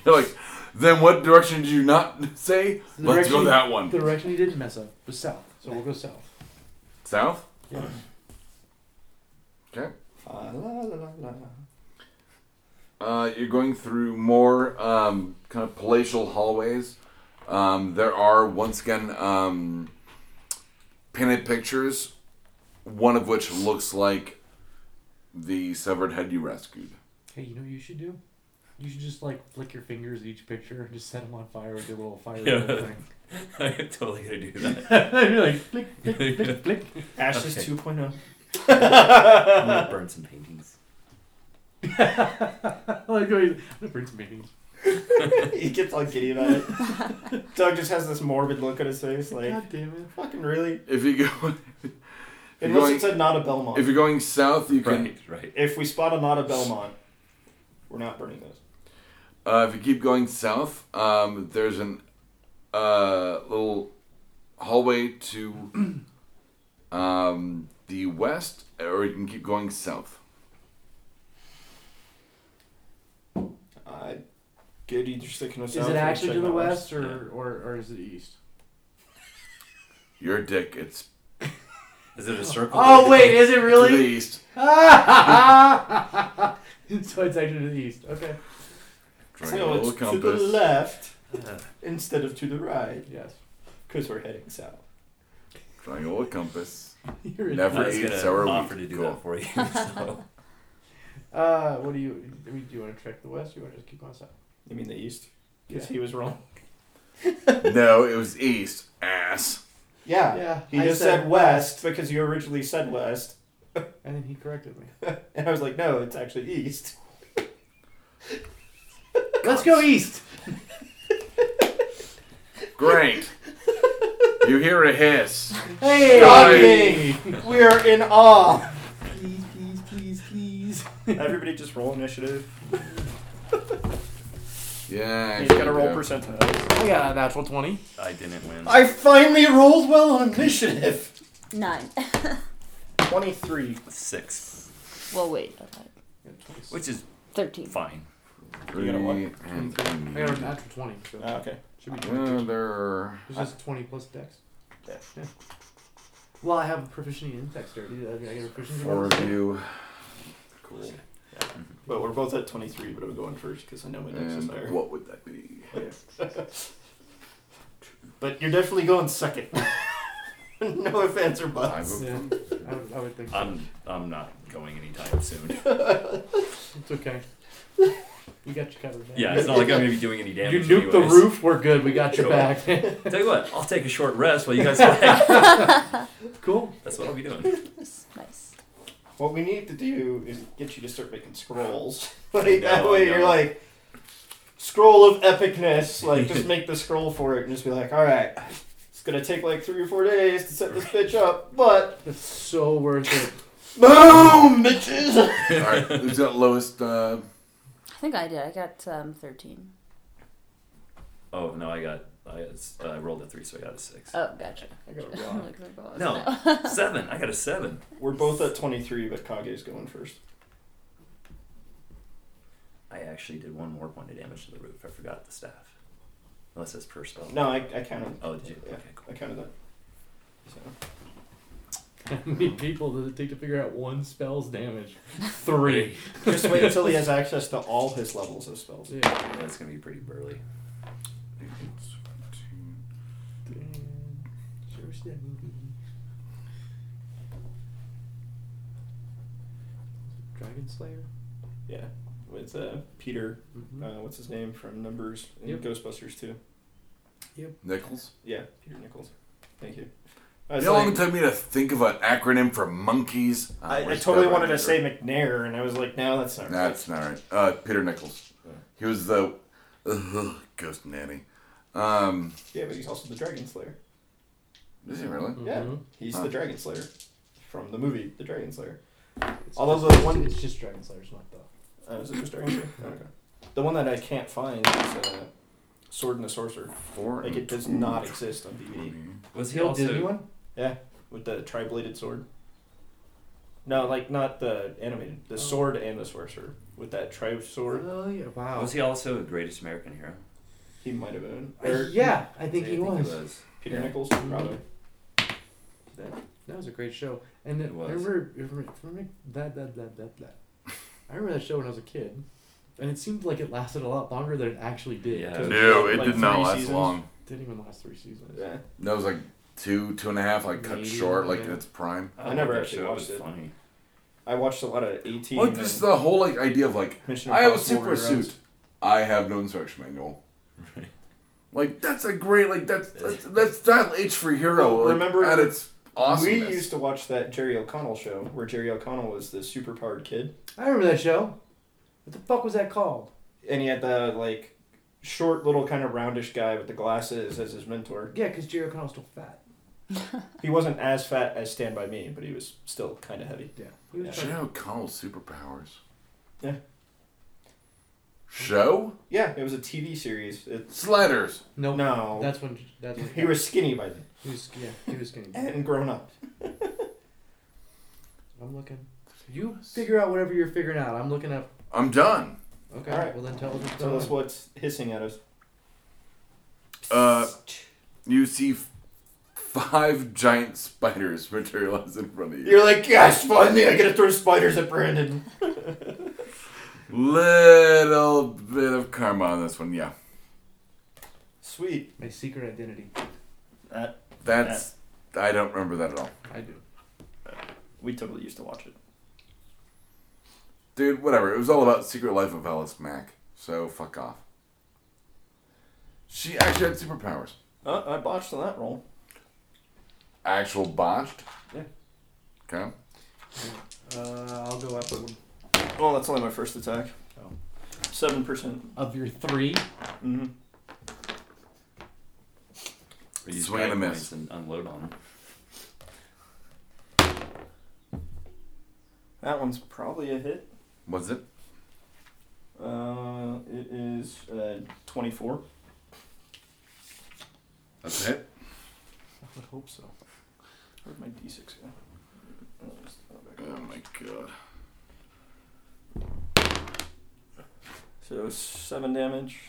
[SPEAKER 2] You're like, then what direction did you not say?
[SPEAKER 4] The
[SPEAKER 2] Let's go
[SPEAKER 4] direction-
[SPEAKER 2] that one.
[SPEAKER 4] the direction he didn't mess up was south, so we'll go south.
[SPEAKER 2] South.
[SPEAKER 4] Yeah.
[SPEAKER 2] Okay.
[SPEAKER 3] Ah, la, la, la, la.
[SPEAKER 2] Uh, you're going through more um, kind of palatial hallways. Um, there are once again um, painted pictures, one of which looks like the severed head you rescued.
[SPEAKER 4] Hey, you know what you should do? You should just like flick your fingers at each picture and just set them on fire with your little fire
[SPEAKER 6] Yeah.
[SPEAKER 4] thing.
[SPEAKER 6] I'm totally gonna do that.
[SPEAKER 4] You're like flick, flick, flick, flick.
[SPEAKER 3] Ashes
[SPEAKER 6] Okay.
[SPEAKER 4] oh.
[SPEAKER 3] 2.0.
[SPEAKER 6] I'm gonna burn some paintings.
[SPEAKER 4] like, going, the Prince meetings.
[SPEAKER 3] he gets all giddy about it. Doug just has this morbid look on his face, like
[SPEAKER 4] God damn it.
[SPEAKER 3] fucking really.
[SPEAKER 2] If you go, You're
[SPEAKER 3] Unless
[SPEAKER 2] going-
[SPEAKER 3] it's a not a Belmont.
[SPEAKER 2] if you're going south, you can.
[SPEAKER 6] Right, right.
[SPEAKER 3] If we spot a not a Belmont, we're not burning those.
[SPEAKER 2] Uh, if you keep going south, um, there's an uh, little hallway to um, the west, or you can keep going south.
[SPEAKER 3] I good either sticking with
[SPEAKER 4] Is
[SPEAKER 3] south.
[SPEAKER 4] it
[SPEAKER 3] or
[SPEAKER 4] actually to
[SPEAKER 3] sticking
[SPEAKER 4] the
[SPEAKER 3] with
[SPEAKER 4] west or, or, or is it east?
[SPEAKER 2] Your dick, it's
[SPEAKER 6] Is it a circle?
[SPEAKER 4] Oh, wait, is it
[SPEAKER 2] to the
[SPEAKER 4] really?
[SPEAKER 2] east.
[SPEAKER 4] so it's actually to the east. Okay.
[SPEAKER 2] Drawing a
[SPEAKER 3] So
[SPEAKER 2] little
[SPEAKER 3] it's to the
[SPEAKER 2] compass.
[SPEAKER 3] left instead of to the right
[SPEAKER 4] Yes.
[SPEAKER 3] because we're heading south.
[SPEAKER 2] Drawing a little compass.
[SPEAKER 4] You're in-
[SPEAKER 2] Never
[SPEAKER 6] I was
[SPEAKER 2] eat
[SPEAKER 6] gonna
[SPEAKER 2] sour
[SPEAKER 6] offer to
[SPEAKER 2] wheat.
[SPEAKER 6] do
[SPEAKER 2] Cool.
[SPEAKER 6] that for you. So.
[SPEAKER 4] Uh, what do you, I mean, do you want to trek the west or you want to just keep going south?
[SPEAKER 3] You mean the east? Because
[SPEAKER 4] Yeah.
[SPEAKER 3] he was wrong.
[SPEAKER 2] no, it was east. Ass.
[SPEAKER 3] Yeah.
[SPEAKER 4] Yeah.
[SPEAKER 3] He
[SPEAKER 4] I
[SPEAKER 3] just said, west because you originally said west,
[SPEAKER 4] And then he corrected me.
[SPEAKER 3] and I was like, no, it's actually east.
[SPEAKER 4] Let's go east.
[SPEAKER 2] Great. you hear a hiss.
[SPEAKER 4] Hey.
[SPEAKER 3] Shocking! we are in awe.
[SPEAKER 4] Please, please, please, please.
[SPEAKER 3] Everybody just roll initiative.
[SPEAKER 2] Yeah.
[SPEAKER 3] He's got to
[SPEAKER 2] you
[SPEAKER 3] roll
[SPEAKER 6] uh,
[SPEAKER 2] do.
[SPEAKER 3] percentile.
[SPEAKER 4] I got a natural 20.
[SPEAKER 6] I didn't win.
[SPEAKER 3] I finally rolled well on initiative.
[SPEAKER 5] nine.
[SPEAKER 3] 23.
[SPEAKER 6] Six,
[SPEAKER 5] well, wait. I lied.
[SPEAKER 6] which is
[SPEAKER 5] Thirteen.
[SPEAKER 6] fine.
[SPEAKER 2] Three
[SPEAKER 3] You got a what?
[SPEAKER 2] and
[SPEAKER 4] I got a natural 20. So
[SPEAKER 3] Ah, okay.
[SPEAKER 4] should be 22.
[SPEAKER 2] another.
[SPEAKER 4] It's just 20 plus dex.
[SPEAKER 3] Yeah.
[SPEAKER 4] Well, I have a proficiency in dexterity. I mean, I get a proficiency in
[SPEAKER 2] Four of you.
[SPEAKER 3] Cool. Yeah. But we're both at 23, but I'm going first because I know my next is
[SPEAKER 2] And
[SPEAKER 3] higher.
[SPEAKER 2] what would that be?
[SPEAKER 3] But you're definitely going second. no offense or buts.
[SPEAKER 2] Five
[SPEAKER 4] Yeah,
[SPEAKER 2] of
[SPEAKER 4] I would, I would think so.
[SPEAKER 6] I'm I'm not going anytime soon.
[SPEAKER 4] it's okay. You got you covered. man.
[SPEAKER 6] Yeah, it's not like I'm gonna be doing any
[SPEAKER 4] You
[SPEAKER 6] damage.
[SPEAKER 4] nuke the
[SPEAKER 6] anyways.
[SPEAKER 4] roof, we're good. We got your
[SPEAKER 6] Cool.
[SPEAKER 4] back.
[SPEAKER 6] Tell you what, I'll take a short rest while you guys play.
[SPEAKER 4] cool.
[SPEAKER 6] That's what I'll be doing.
[SPEAKER 5] Nice.
[SPEAKER 3] What we need to do is get you to start making scrolls. like, that
[SPEAKER 6] know,
[SPEAKER 3] way
[SPEAKER 6] I know.
[SPEAKER 3] you're like, scroll of epicness. Like, just make the scroll for it and just be like, all right, it's going to take like three or four days to set this bitch up, but
[SPEAKER 4] That's so worth it.
[SPEAKER 3] boom, bitches!
[SPEAKER 2] All right, who's got lowest? Uh,
[SPEAKER 5] I think I did. I got um, thirteen.
[SPEAKER 6] Oh no, I got I, it's- I rolled a three, so I got a six.
[SPEAKER 5] Oh, gotcha.
[SPEAKER 3] I got a
[SPEAKER 5] gotcha.
[SPEAKER 3] block.
[SPEAKER 5] Like, oh, we're both-
[SPEAKER 6] No, seven. I got a seven.
[SPEAKER 3] We're both at 23, but Kage's going first.
[SPEAKER 6] I actually did one more point of damage to the roof. I forgot the staff. Unless it's per spell.
[SPEAKER 3] No, I, I counted.
[SPEAKER 6] Oh, did you?
[SPEAKER 3] Yeah,
[SPEAKER 6] Okay, cool.
[SPEAKER 3] I counted that. So.
[SPEAKER 4] How many people does it take to figure out one spell's damage? Three.
[SPEAKER 3] Just wait until he has access to all his levels of spells.
[SPEAKER 4] yeah.
[SPEAKER 6] That's gonna be pretty burly.
[SPEAKER 4] Dragon Slayer.
[SPEAKER 3] Yeah, with uh, Peter,
[SPEAKER 4] Mm-hmm.
[SPEAKER 3] uh, what's his name from Numbers and
[SPEAKER 4] Yep.
[SPEAKER 3] Ghostbusters too.
[SPEAKER 2] Nichols?
[SPEAKER 3] Yeah, Peter Nichols. Thank you.
[SPEAKER 2] You
[SPEAKER 3] I, was
[SPEAKER 2] know how long
[SPEAKER 3] like-
[SPEAKER 2] it took me to think of an acronym for monkeys? Oh,
[SPEAKER 3] I, I
[SPEAKER 2] where's
[SPEAKER 3] totally
[SPEAKER 2] that
[SPEAKER 3] wanted
[SPEAKER 2] right
[SPEAKER 3] to say
[SPEAKER 2] here?
[SPEAKER 3] McNair, and I was like, no, that's not
[SPEAKER 2] Nah,
[SPEAKER 3] right.
[SPEAKER 2] That's not right. Uh, Peter Nichols.
[SPEAKER 6] Yeah.
[SPEAKER 2] He was the ugh, ghost nanny. Um,
[SPEAKER 3] Yeah, but he's also the Dragon Slayer.
[SPEAKER 2] is he really?
[SPEAKER 3] Yeah,
[SPEAKER 4] Mhm.
[SPEAKER 3] he's
[SPEAKER 2] Huh.
[SPEAKER 3] the Dragon Slayer from the movie The Dragon Slayer.
[SPEAKER 4] It's
[SPEAKER 3] Although
[SPEAKER 4] just-
[SPEAKER 3] the one-
[SPEAKER 4] it's just Dragon Slayer's not the.
[SPEAKER 3] Uh, is it just Dragon Slayer? Oh, okay. The one that I can't find is uh, Sword and the Sorcerer.
[SPEAKER 2] Four.
[SPEAKER 3] Like it
[SPEAKER 2] and
[SPEAKER 3] does not exist on DVD.
[SPEAKER 2] twenty.
[SPEAKER 6] Was he
[SPEAKER 4] The old
[SPEAKER 6] also?
[SPEAKER 4] Disney one?
[SPEAKER 3] Yeah, with the tri-bladed sword. No, like not the animated, the
[SPEAKER 4] Oh.
[SPEAKER 3] sword and the sorcerer with that tri sword.
[SPEAKER 4] Oh yeah! Wow.
[SPEAKER 6] Was he also a greatest American hero?
[SPEAKER 3] He might have been.
[SPEAKER 4] Uh,
[SPEAKER 3] Or
[SPEAKER 4] yeah, I think
[SPEAKER 6] See,
[SPEAKER 4] he was. Mm-hmm.
[SPEAKER 3] Peter
[SPEAKER 6] Yeah.
[SPEAKER 3] Nichols, probably.
[SPEAKER 4] That was a great show, and it,
[SPEAKER 6] It was.
[SPEAKER 4] I remember, remember, remember that that that that that. I remember that show when I was a kid, and it seemed like it lasted a lot longer than it actually did.
[SPEAKER 6] Yeah.
[SPEAKER 4] 'cause
[SPEAKER 2] No, it
[SPEAKER 3] Like
[SPEAKER 2] did not
[SPEAKER 3] three
[SPEAKER 2] last
[SPEAKER 3] seasons?
[SPEAKER 2] long.
[SPEAKER 4] it didn't even last three seasons.
[SPEAKER 3] Yeah.
[SPEAKER 2] That was like two, two and a half, like cut
[SPEAKER 4] Maybe,
[SPEAKER 2] short, like in
[SPEAKER 4] yeah.
[SPEAKER 2] its prime.
[SPEAKER 6] I,
[SPEAKER 3] never
[SPEAKER 6] liked Oh, that
[SPEAKER 3] actually
[SPEAKER 6] show.
[SPEAKER 3] watched
[SPEAKER 6] was
[SPEAKER 3] it.
[SPEAKER 6] Funny.
[SPEAKER 3] I watched a lot of AT.
[SPEAKER 4] Oh,
[SPEAKER 2] Like just the whole like idea of like
[SPEAKER 3] Mission
[SPEAKER 2] I have a
[SPEAKER 3] Impossible
[SPEAKER 2] super
[SPEAKER 3] reruns.
[SPEAKER 2] suit. I have no instruction manual.
[SPEAKER 6] Right.
[SPEAKER 2] Like that's a great like that's that's, that's dial H for hero.
[SPEAKER 3] Well,
[SPEAKER 2] like,
[SPEAKER 3] remember
[SPEAKER 2] at its awesome.
[SPEAKER 3] We used to watch that Jerry O'Connell show where Jerry O'Connell was the superpowered kid,
[SPEAKER 4] I remember that show. What the fuck was that called?
[SPEAKER 3] and he had the like short, little kind of roundish guy with the glasses as his mentor.
[SPEAKER 4] Yeah, because Jerry O'Connell's still fat.
[SPEAKER 3] He wasn't as fat as Stand by Me, but he was still kind of heavy.
[SPEAKER 4] Yeah, he was.
[SPEAKER 3] Yeah.
[SPEAKER 4] trying-
[SPEAKER 2] Show O'Connell's superpowers.
[SPEAKER 3] Yeah.
[SPEAKER 2] Show
[SPEAKER 3] Yeah, it was a TV series. It,
[SPEAKER 2] sliders.
[SPEAKER 4] No,
[SPEAKER 3] No.
[SPEAKER 4] That's when. That's when
[SPEAKER 3] he was skinny by then
[SPEAKER 4] He was. Yeah, he was skinny.
[SPEAKER 3] and grown up.
[SPEAKER 4] I'm looking. You figure out whatever you're figuring out. I'm looking up.
[SPEAKER 2] I'm done.
[SPEAKER 4] Okay.
[SPEAKER 3] All right.
[SPEAKER 4] Well, then tell us what's
[SPEAKER 3] So
[SPEAKER 4] going
[SPEAKER 3] that's
[SPEAKER 4] on.
[SPEAKER 3] what's hissing at us.
[SPEAKER 2] Uh, you see f- five giant spiders materialize in front of you.
[SPEAKER 3] You're like, gosh, finally I get to throw spiders at Brandon.
[SPEAKER 2] Little bit of karma on this one, yeah.
[SPEAKER 3] Sweet.
[SPEAKER 4] My secret identity.
[SPEAKER 3] That
[SPEAKER 2] That's I don't remember that at all,
[SPEAKER 4] I do.
[SPEAKER 3] we totally used to watch it.
[SPEAKER 2] dude. Whatever. It was all about Secret Life of Alice Mack. So fuck off. She actually had superpowers.
[SPEAKER 3] Uh, I botched on that roll.
[SPEAKER 2] Actual botched.
[SPEAKER 3] Yeah.
[SPEAKER 2] Okay.
[SPEAKER 4] Uh, I'll go up a one.
[SPEAKER 3] Well, that's only my first attack.
[SPEAKER 4] Oh.
[SPEAKER 3] Seven percent.
[SPEAKER 4] Of your three.
[SPEAKER 3] Mm-hmm.
[SPEAKER 6] We used
[SPEAKER 2] Swing and a
[SPEAKER 6] guide
[SPEAKER 2] miss.
[SPEAKER 6] points And unload on him.
[SPEAKER 3] That one's probably a hit.
[SPEAKER 2] Was it?
[SPEAKER 3] Uh, it is uh, twenty-four.
[SPEAKER 2] That's it.
[SPEAKER 3] I would hope so. Where'd my d6 go? Oh, it's- oh, back up.
[SPEAKER 2] Oh my god.
[SPEAKER 3] So seven damage.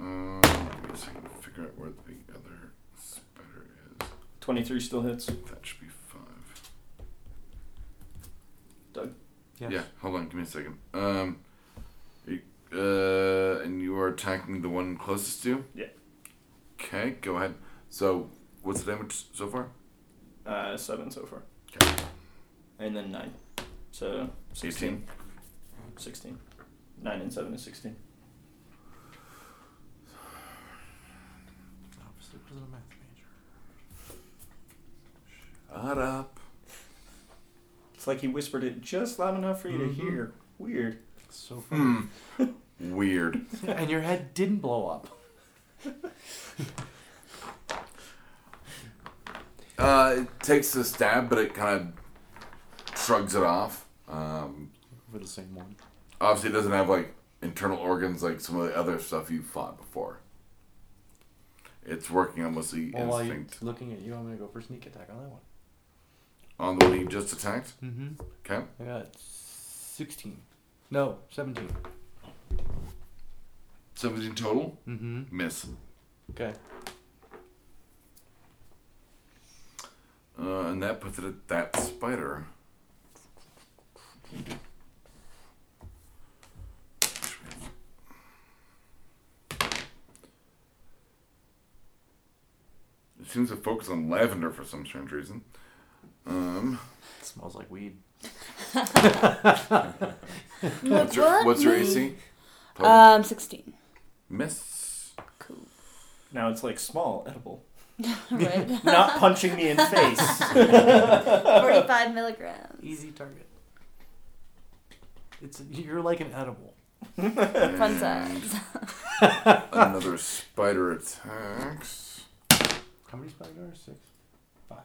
[SPEAKER 2] Um, give me a second to figure out where the other spider is.
[SPEAKER 3] Twenty-three still hits.
[SPEAKER 2] That should be five.
[SPEAKER 4] Yes.
[SPEAKER 2] Yeah. Hold on. Give me a second. Um. you- Uh, and you are attacking the one closest to you?
[SPEAKER 3] Yeah.
[SPEAKER 2] Okay, go ahead. So, what's the damage so far?
[SPEAKER 3] Uh, seven so far.
[SPEAKER 2] Okay.
[SPEAKER 3] And then nine. So 16. 16. 9 and 7 is 16.
[SPEAKER 4] Obviously, wasn't a math major.
[SPEAKER 2] Shut up.
[SPEAKER 3] It's like he whispered it just loud enough for you
[SPEAKER 4] Mhm.
[SPEAKER 2] Mm-hmm.
[SPEAKER 3] to hear. Weird.
[SPEAKER 4] So funny.
[SPEAKER 2] Hmm. Weird.
[SPEAKER 4] and your head didn't blow up.
[SPEAKER 2] Uh, it takes a stab, but it kind of shrugs it off. Um,
[SPEAKER 4] For the same one.
[SPEAKER 2] obviously, it doesn't have like internal organs like some of the other stuff you fought before. It's working almost the
[SPEAKER 7] Well, while you're
[SPEAKER 2] instinct.
[SPEAKER 7] looking at you, I'm gonna go for sneak attack on that one.
[SPEAKER 2] On the one you just attacked?
[SPEAKER 7] Mm-hmm.
[SPEAKER 2] Okay.
[SPEAKER 7] I got sixteen. No, seventeen.
[SPEAKER 2] 17 total?
[SPEAKER 7] Mm-hmm.
[SPEAKER 2] Miss.
[SPEAKER 7] Okay.
[SPEAKER 2] Uh, and that puts it at that spider. It seems to focus on lavender for some strange reason. Um,
[SPEAKER 7] It smells like weed.
[SPEAKER 2] what's, your, what's your AC? Total.
[SPEAKER 5] Um, 16.
[SPEAKER 2] Miss.
[SPEAKER 5] Cool.
[SPEAKER 3] Now it's like small, edible.
[SPEAKER 5] Right?
[SPEAKER 3] Not punching me in the face.
[SPEAKER 5] 45 milligrams.
[SPEAKER 7] Easy target. It's you're like an edible.
[SPEAKER 5] Fun size.
[SPEAKER 2] Another spider attacks.
[SPEAKER 7] How many spiders are there? six?
[SPEAKER 2] Five.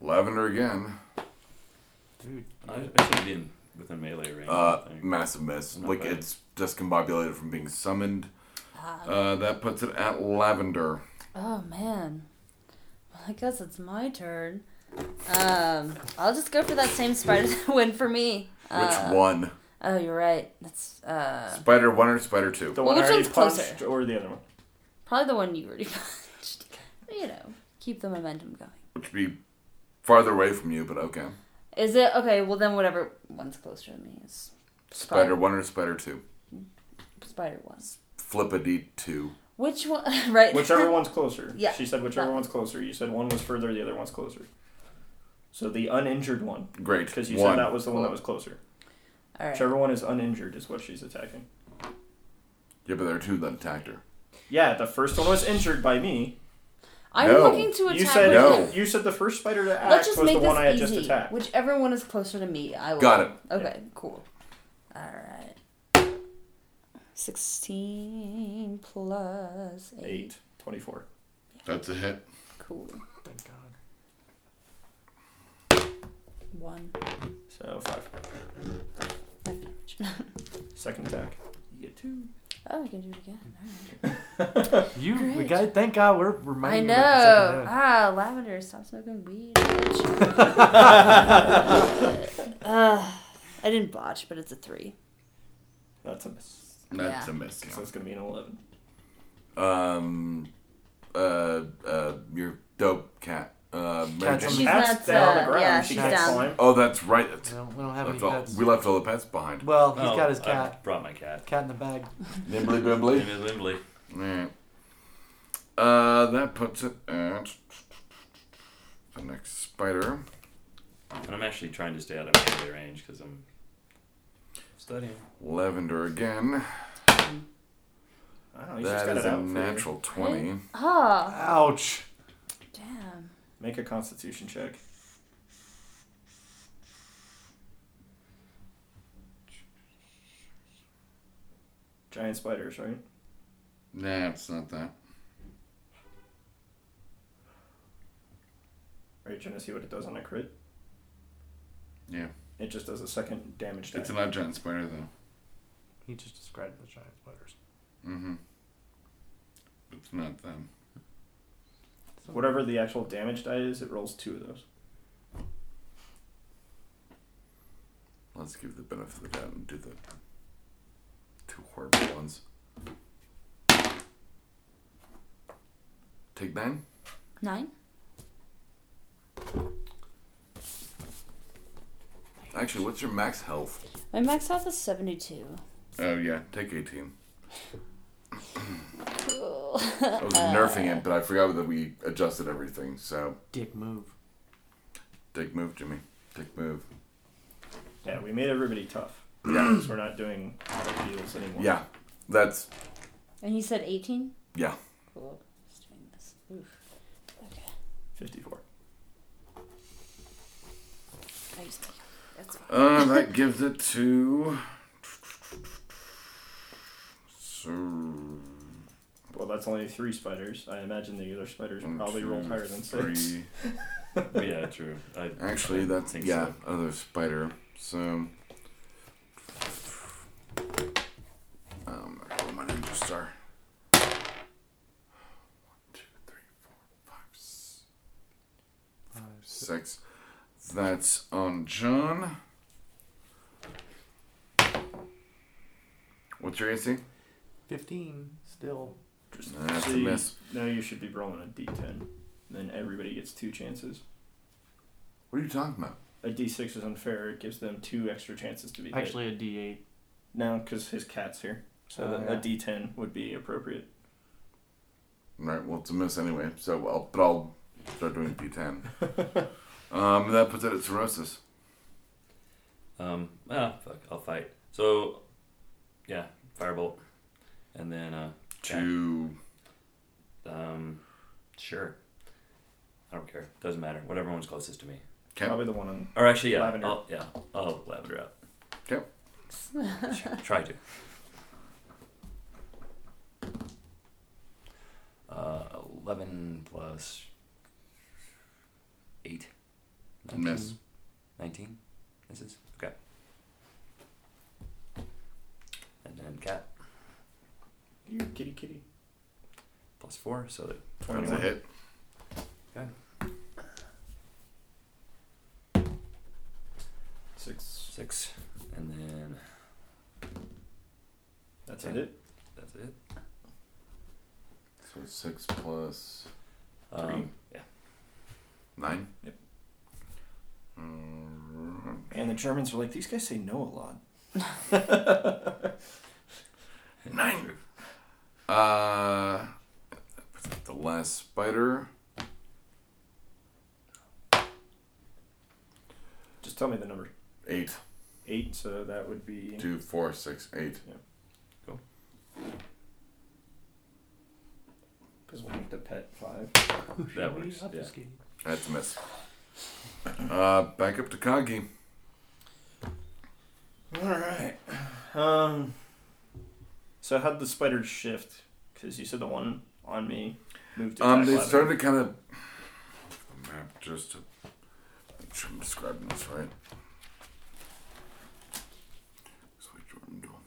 [SPEAKER 2] Lavender again.
[SPEAKER 7] Dude,
[SPEAKER 6] I, I should have been within melee range.
[SPEAKER 2] Uh,
[SPEAKER 6] I think.
[SPEAKER 2] massive miss.
[SPEAKER 6] Not
[SPEAKER 2] like
[SPEAKER 6] bad.
[SPEAKER 2] it's discombobulated from being summoned.
[SPEAKER 5] Uh-huh.
[SPEAKER 2] Uh, that puts it at lavender.
[SPEAKER 5] Oh, man. Well, I guess it's my turn. Um, I'll just go for that same spider that went for me.
[SPEAKER 2] Which
[SPEAKER 5] Uh,
[SPEAKER 2] one?
[SPEAKER 5] Oh, you're right. That's uh,
[SPEAKER 2] Spider one or spider two?
[SPEAKER 3] The one
[SPEAKER 5] Well,
[SPEAKER 3] I
[SPEAKER 5] which
[SPEAKER 3] already
[SPEAKER 5] one's closer?
[SPEAKER 3] punched or the other one?
[SPEAKER 5] probably the one you already punched. You know, keep the momentum going.
[SPEAKER 2] Which would be farther away from you, but okay.
[SPEAKER 5] Is it okay? Well, then whatever one's closer to me is
[SPEAKER 2] Spider one or spider two?
[SPEAKER 5] spider one.
[SPEAKER 2] Flip a d two.
[SPEAKER 5] Which one? right.
[SPEAKER 3] Whichever one's closer.
[SPEAKER 5] Uh, Yeah.
[SPEAKER 3] She said whichever
[SPEAKER 5] That.
[SPEAKER 3] one's closer. You said one was further, the other one's closer. So the uninjured one,
[SPEAKER 2] Great.
[SPEAKER 3] because you
[SPEAKER 2] one.
[SPEAKER 3] said that was the one that was closer.
[SPEAKER 5] All right.
[SPEAKER 3] Whichever one is uninjured is what she's attacking.
[SPEAKER 2] Yeah, but there are two that attacked her.
[SPEAKER 3] Yeah, the first one was injured by me.
[SPEAKER 5] I'm
[SPEAKER 2] No.
[SPEAKER 5] looking to attack.
[SPEAKER 3] You said
[SPEAKER 5] whichever-
[SPEAKER 2] No.
[SPEAKER 3] you said the first spider to act
[SPEAKER 5] Let's just
[SPEAKER 3] was
[SPEAKER 5] make
[SPEAKER 3] the one I had
[SPEAKER 5] this
[SPEAKER 3] just
[SPEAKER 5] easy.
[SPEAKER 3] attacked.
[SPEAKER 5] Whichever one is closer to me, I will.
[SPEAKER 2] Got it.
[SPEAKER 5] Okay. Cool. All right. Sixteen plus eight.
[SPEAKER 3] Eight twenty-four.
[SPEAKER 2] That's a hit.
[SPEAKER 5] Cool.
[SPEAKER 7] thank God.
[SPEAKER 5] One.
[SPEAKER 3] So five. Second attack. You get two.
[SPEAKER 5] Oh, I can do it again. All right.
[SPEAKER 7] You we
[SPEAKER 5] Great.
[SPEAKER 7] got thank God we're
[SPEAKER 5] I
[SPEAKER 7] reminding
[SPEAKER 5] know.
[SPEAKER 7] you about the second half.
[SPEAKER 5] Ah, lavender. Stop smoking weed. Bitch. uh, I didn't botch, but it's a three.
[SPEAKER 3] That's a miss.
[SPEAKER 2] That's a
[SPEAKER 5] Yeah.
[SPEAKER 2] miss.
[SPEAKER 3] So it's gonna be an eleven.
[SPEAKER 2] Um, uh, uh, your dope cat. Uh, Mary
[SPEAKER 7] Cat's
[SPEAKER 2] Jane-
[SPEAKER 7] on
[SPEAKER 5] She's
[SPEAKER 3] Cat's
[SPEAKER 5] not.
[SPEAKER 3] down on the
[SPEAKER 5] uh,
[SPEAKER 3] ground.
[SPEAKER 5] yeah,
[SPEAKER 3] she
[SPEAKER 5] she's
[SPEAKER 3] can't
[SPEAKER 5] down.
[SPEAKER 3] climb.
[SPEAKER 2] oh, that's right. That's,
[SPEAKER 7] We don't, we don't have any
[SPEAKER 2] that's all,
[SPEAKER 7] pets.
[SPEAKER 2] we left all the pets behind.
[SPEAKER 7] Well, he's
[SPEAKER 6] Oh,
[SPEAKER 7] got his
[SPEAKER 6] I
[SPEAKER 7] cat.
[SPEAKER 6] brought my cat.
[SPEAKER 7] Cat in the bag.
[SPEAKER 2] Nimbly
[SPEAKER 6] Name
[SPEAKER 2] bimbly.
[SPEAKER 6] is Wimbley.
[SPEAKER 2] Alright. Uh, that puts it at the next spider.
[SPEAKER 6] And I'm actually trying to stay out of melee range because I'm studying.
[SPEAKER 2] Lavender again.
[SPEAKER 3] I don't know. You just
[SPEAKER 2] That
[SPEAKER 3] got
[SPEAKER 2] is
[SPEAKER 3] it
[SPEAKER 2] a
[SPEAKER 3] out. for you.
[SPEAKER 2] natural 20.
[SPEAKER 5] Ah,
[SPEAKER 7] Ouch.
[SPEAKER 5] damn.
[SPEAKER 3] Make a Constitution check. Giant spiders, right?
[SPEAKER 2] Nah, it's not that.
[SPEAKER 3] Are you trying to see what it does on a crit?
[SPEAKER 2] Yeah.
[SPEAKER 3] It just does a second damage. die.
[SPEAKER 2] It's not a giant spider, though.
[SPEAKER 7] He just described the giant spiders.
[SPEAKER 2] Mm-hmm. It's not them.
[SPEAKER 3] Whatever the actual damage die is, it rolls two of those.
[SPEAKER 2] Let's give the benefit of the doubt and do the two horrible ones. Take nine.
[SPEAKER 5] Nine.
[SPEAKER 2] Actually, what's your max health?
[SPEAKER 5] My max health is seventy-two.
[SPEAKER 2] Oh, yeah. Take 18.
[SPEAKER 5] Cool.
[SPEAKER 2] I was nerfing it, but I forgot that we adjusted everything, so.
[SPEAKER 7] Dick move.
[SPEAKER 2] Take move, Jimmy. Take move.
[SPEAKER 3] Yeah, we made everybody tough. Yeah. Because we're not doing auto deals anymore.
[SPEAKER 2] Yeah, that's
[SPEAKER 5] and you said eighteen.
[SPEAKER 2] yeah.
[SPEAKER 5] Cool. Just doing this. Oof.
[SPEAKER 3] 54.
[SPEAKER 5] I used to. That's fine.
[SPEAKER 2] Uh, that gives it to. So
[SPEAKER 3] Well, that's only three spiders. I imagine the other spiders
[SPEAKER 2] one,
[SPEAKER 3] probably roll
[SPEAKER 2] two,
[SPEAKER 3] higher than six.
[SPEAKER 2] three.
[SPEAKER 6] yeah, true. I,
[SPEAKER 2] Actually,
[SPEAKER 6] I
[SPEAKER 2] that's
[SPEAKER 6] think
[SPEAKER 2] yeah.
[SPEAKER 6] so.
[SPEAKER 2] Other spider. So. Um, I roll my ninja sir. One, two, three, four, five, s- six. That's on John. What's your AC?
[SPEAKER 4] 15 still.
[SPEAKER 3] Just
[SPEAKER 2] That's a
[SPEAKER 3] you-
[SPEAKER 2] miss.
[SPEAKER 3] No, you should be rolling a d10. Then everybody gets two chances.
[SPEAKER 2] What are you talking about?
[SPEAKER 3] A d6 is unfair. It gives them two extra chances to be hit.
[SPEAKER 4] Actually, a D8.
[SPEAKER 3] No, because his cat's here. So
[SPEAKER 4] Oh,
[SPEAKER 3] the-
[SPEAKER 4] yeah.
[SPEAKER 3] a d10 would be appropriate.
[SPEAKER 2] Right, well, it's a miss anyway, so I'll, but I'll start doing D10. um, that puts it at cirrhosis.
[SPEAKER 6] Um, ah, fuck, I'll fight. So, yeah, firebolt, and then uh,
[SPEAKER 2] Two.
[SPEAKER 6] um, sure. I don't care. Doesn't matter. Whatever one's closest to me.
[SPEAKER 2] Okay.
[SPEAKER 3] Probably the one on.
[SPEAKER 6] Or actually, yeah,
[SPEAKER 3] Lavender.
[SPEAKER 6] I'll, yeah, I'll help lavender out.
[SPEAKER 2] Okay.
[SPEAKER 6] Sure, Try to. Uh, eleven plus eight.
[SPEAKER 2] Miss.
[SPEAKER 6] Nineteen. This is okay. And then cat
[SPEAKER 3] You kitty kitty.
[SPEAKER 6] plus four, so that
[SPEAKER 2] That's a
[SPEAKER 6] twenty-one.
[SPEAKER 2] hit.
[SPEAKER 3] Six.
[SPEAKER 6] Six, and then
[SPEAKER 3] That's
[SPEAKER 6] Okay.
[SPEAKER 3] it.
[SPEAKER 6] that's it.
[SPEAKER 2] So six plus
[SPEAKER 6] Um, yeah.
[SPEAKER 2] nine? Uh,
[SPEAKER 3] Yep.
[SPEAKER 2] Mm,
[SPEAKER 3] And the Germans were like, these guys say no a lot.
[SPEAKER 2] Nine. Uh, the last spider.
[SPEAKER 3] Just tell me the number.
[SPEAKER 2] Eight.
[SPEAKER 3] Eight, so that would be.
[SPEAKER 2] Two, four, six, eight.
[SPEAKER 3] Because we'll have to pet five.
[SPEAKER 6] That works. Yeah.
[SPEAKER 2] That's a miss. Uh, back up to Kagi.
[SPEAKER 3] Alright. Um. So how'd the spiders shift? Because you said the one on me moved to
[SPEAKER 2] Um,
[SPEAKER 3] attack
[SPEAKER 2] they
[SPEAKER 3] ladder.
[SPEAKER 2] started to kind of map just to make sure I'm describing this right. That's what Jordan do 'em.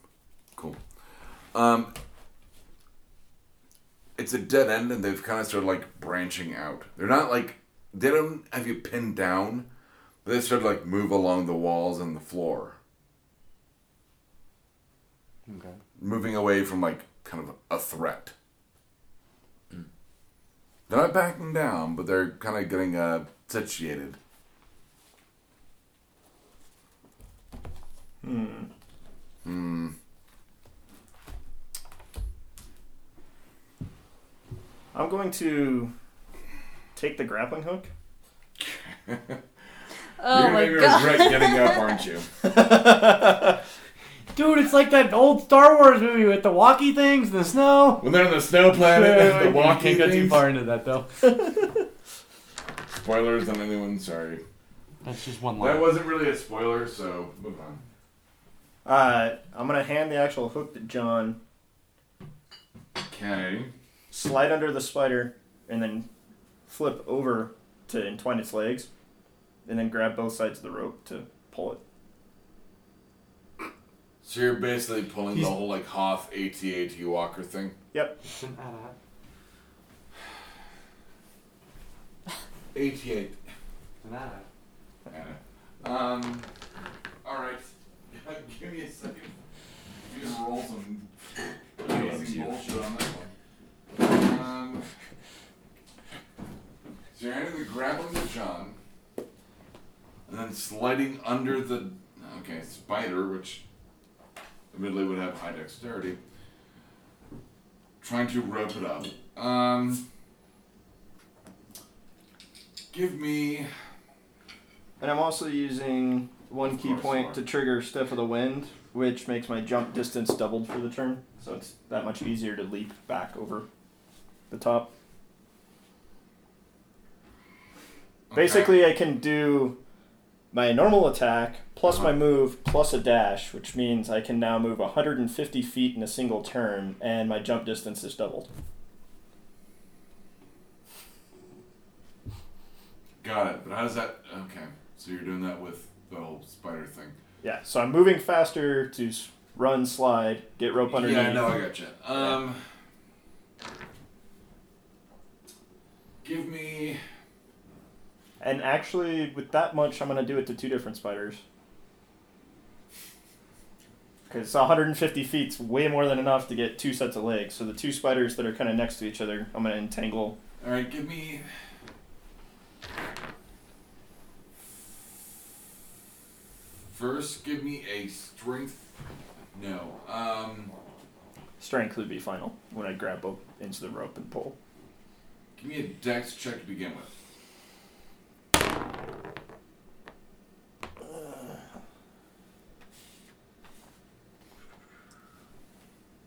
[SPEAKER 2] Cool. Um, it's a dead end, and they've kind of started like branching out. They're not like they don't have you pinned down. But they started like move along the walls and the floor,
[SPEAKER 4] Okay.
[SPEAKER 2] moving away from like kind of a threat.
[SPEAKER 5] Hmm.
[SPEAKER 2] They're not backing down, but they're kind of getting uh, satiated.
[SPEAKER 3] Hmm.
[SPEAKER 2] Mm,
[SPEAKER 3] I'm going to take the grappling hook.
[SPEAKER 5] Oh my god.
[SPEAKER 2] regret getting up, aren't you?
[SPEAKER 4] Dude, it's like that old Star Wars movie with the walkie things in the snow.
[SPEAKER 2] When they're on the snow
[SPEAKER 4] Yeah, we Can't go too far into that though.
[SPEAKER 2] Spoilers on anyone, sorry.
[SPEAKER 4] That's just one
[SPEAKER 2] That wasn't really a spoiler, so move on.
[SPEAKER 3] Uh, I'm going to hand the actual hook to John,
[SPEAKER 2] Okay.
[SPEAKER 3] slide under the spider, and then flip over to entwine its legs, and then grab both sides of the rope to pull it.
[SPEAKER 2] So you're basically pulling
[SPEAKER 3] He's-
[SPEAKER 2] the whole like Hoth ATAT Walker thing.
[SPEAKER 7] It's an ad.
[SPEAKER 2] ATA.
[SPEAKER 7] An ad.
[SPEAKER 2] Um. Alright. Give me a second. You just roll some amazing bullshit on that one. Um. So you're handing the grappling to John, and then sliding under the okay spider, which admittedly would have high dexterity. Trying to rope it up. Um. Give me.
[SPEAKER 3] And I'm also using one
[SPEAKER 2] Of
[SPEAKER 3] key
[SPEAKER 2] course you
[SPEAKER 3] point
[SPEAKER 2] are.
[SPEAKER 3] to trigger Step of the Wind, which makes my jump distance doubled for the turn, so it's that much easier to leap back over the top.
[SPEAKER 2] okay.
[SPEAKER 3] Basically, I can do my normal attack plus my move plus a dash, which means I can now move 150 feet in a single turn, and my jump distance is doubled.
[SPEAKER 2] Got it. But how does that? Okay. So you're doing that with the whole spider thing.
[SPEAKER 3] Yeah, so I'm moving faster to s- Run, slide, get rope underneath.
[SPEAKER 2] Yeah, no, I gotcha. Um, give me.
[SPEAKER 3] And actually, with that much, I'm gonna do it to two different spiders. Because 150 feet's way more than enough to get two sets of legs. So the two spiders that are kind of next to each other, I'm gonna entangle.
[SPEAKER 2] All right, give me. First, give me a strength. No. Um,
[SPEAKER 3] Strength would be final when I grab up into the rope and pull.
[SPEAKER 2] give me a dex check to begin with.
[SPEAKER 3] Uh.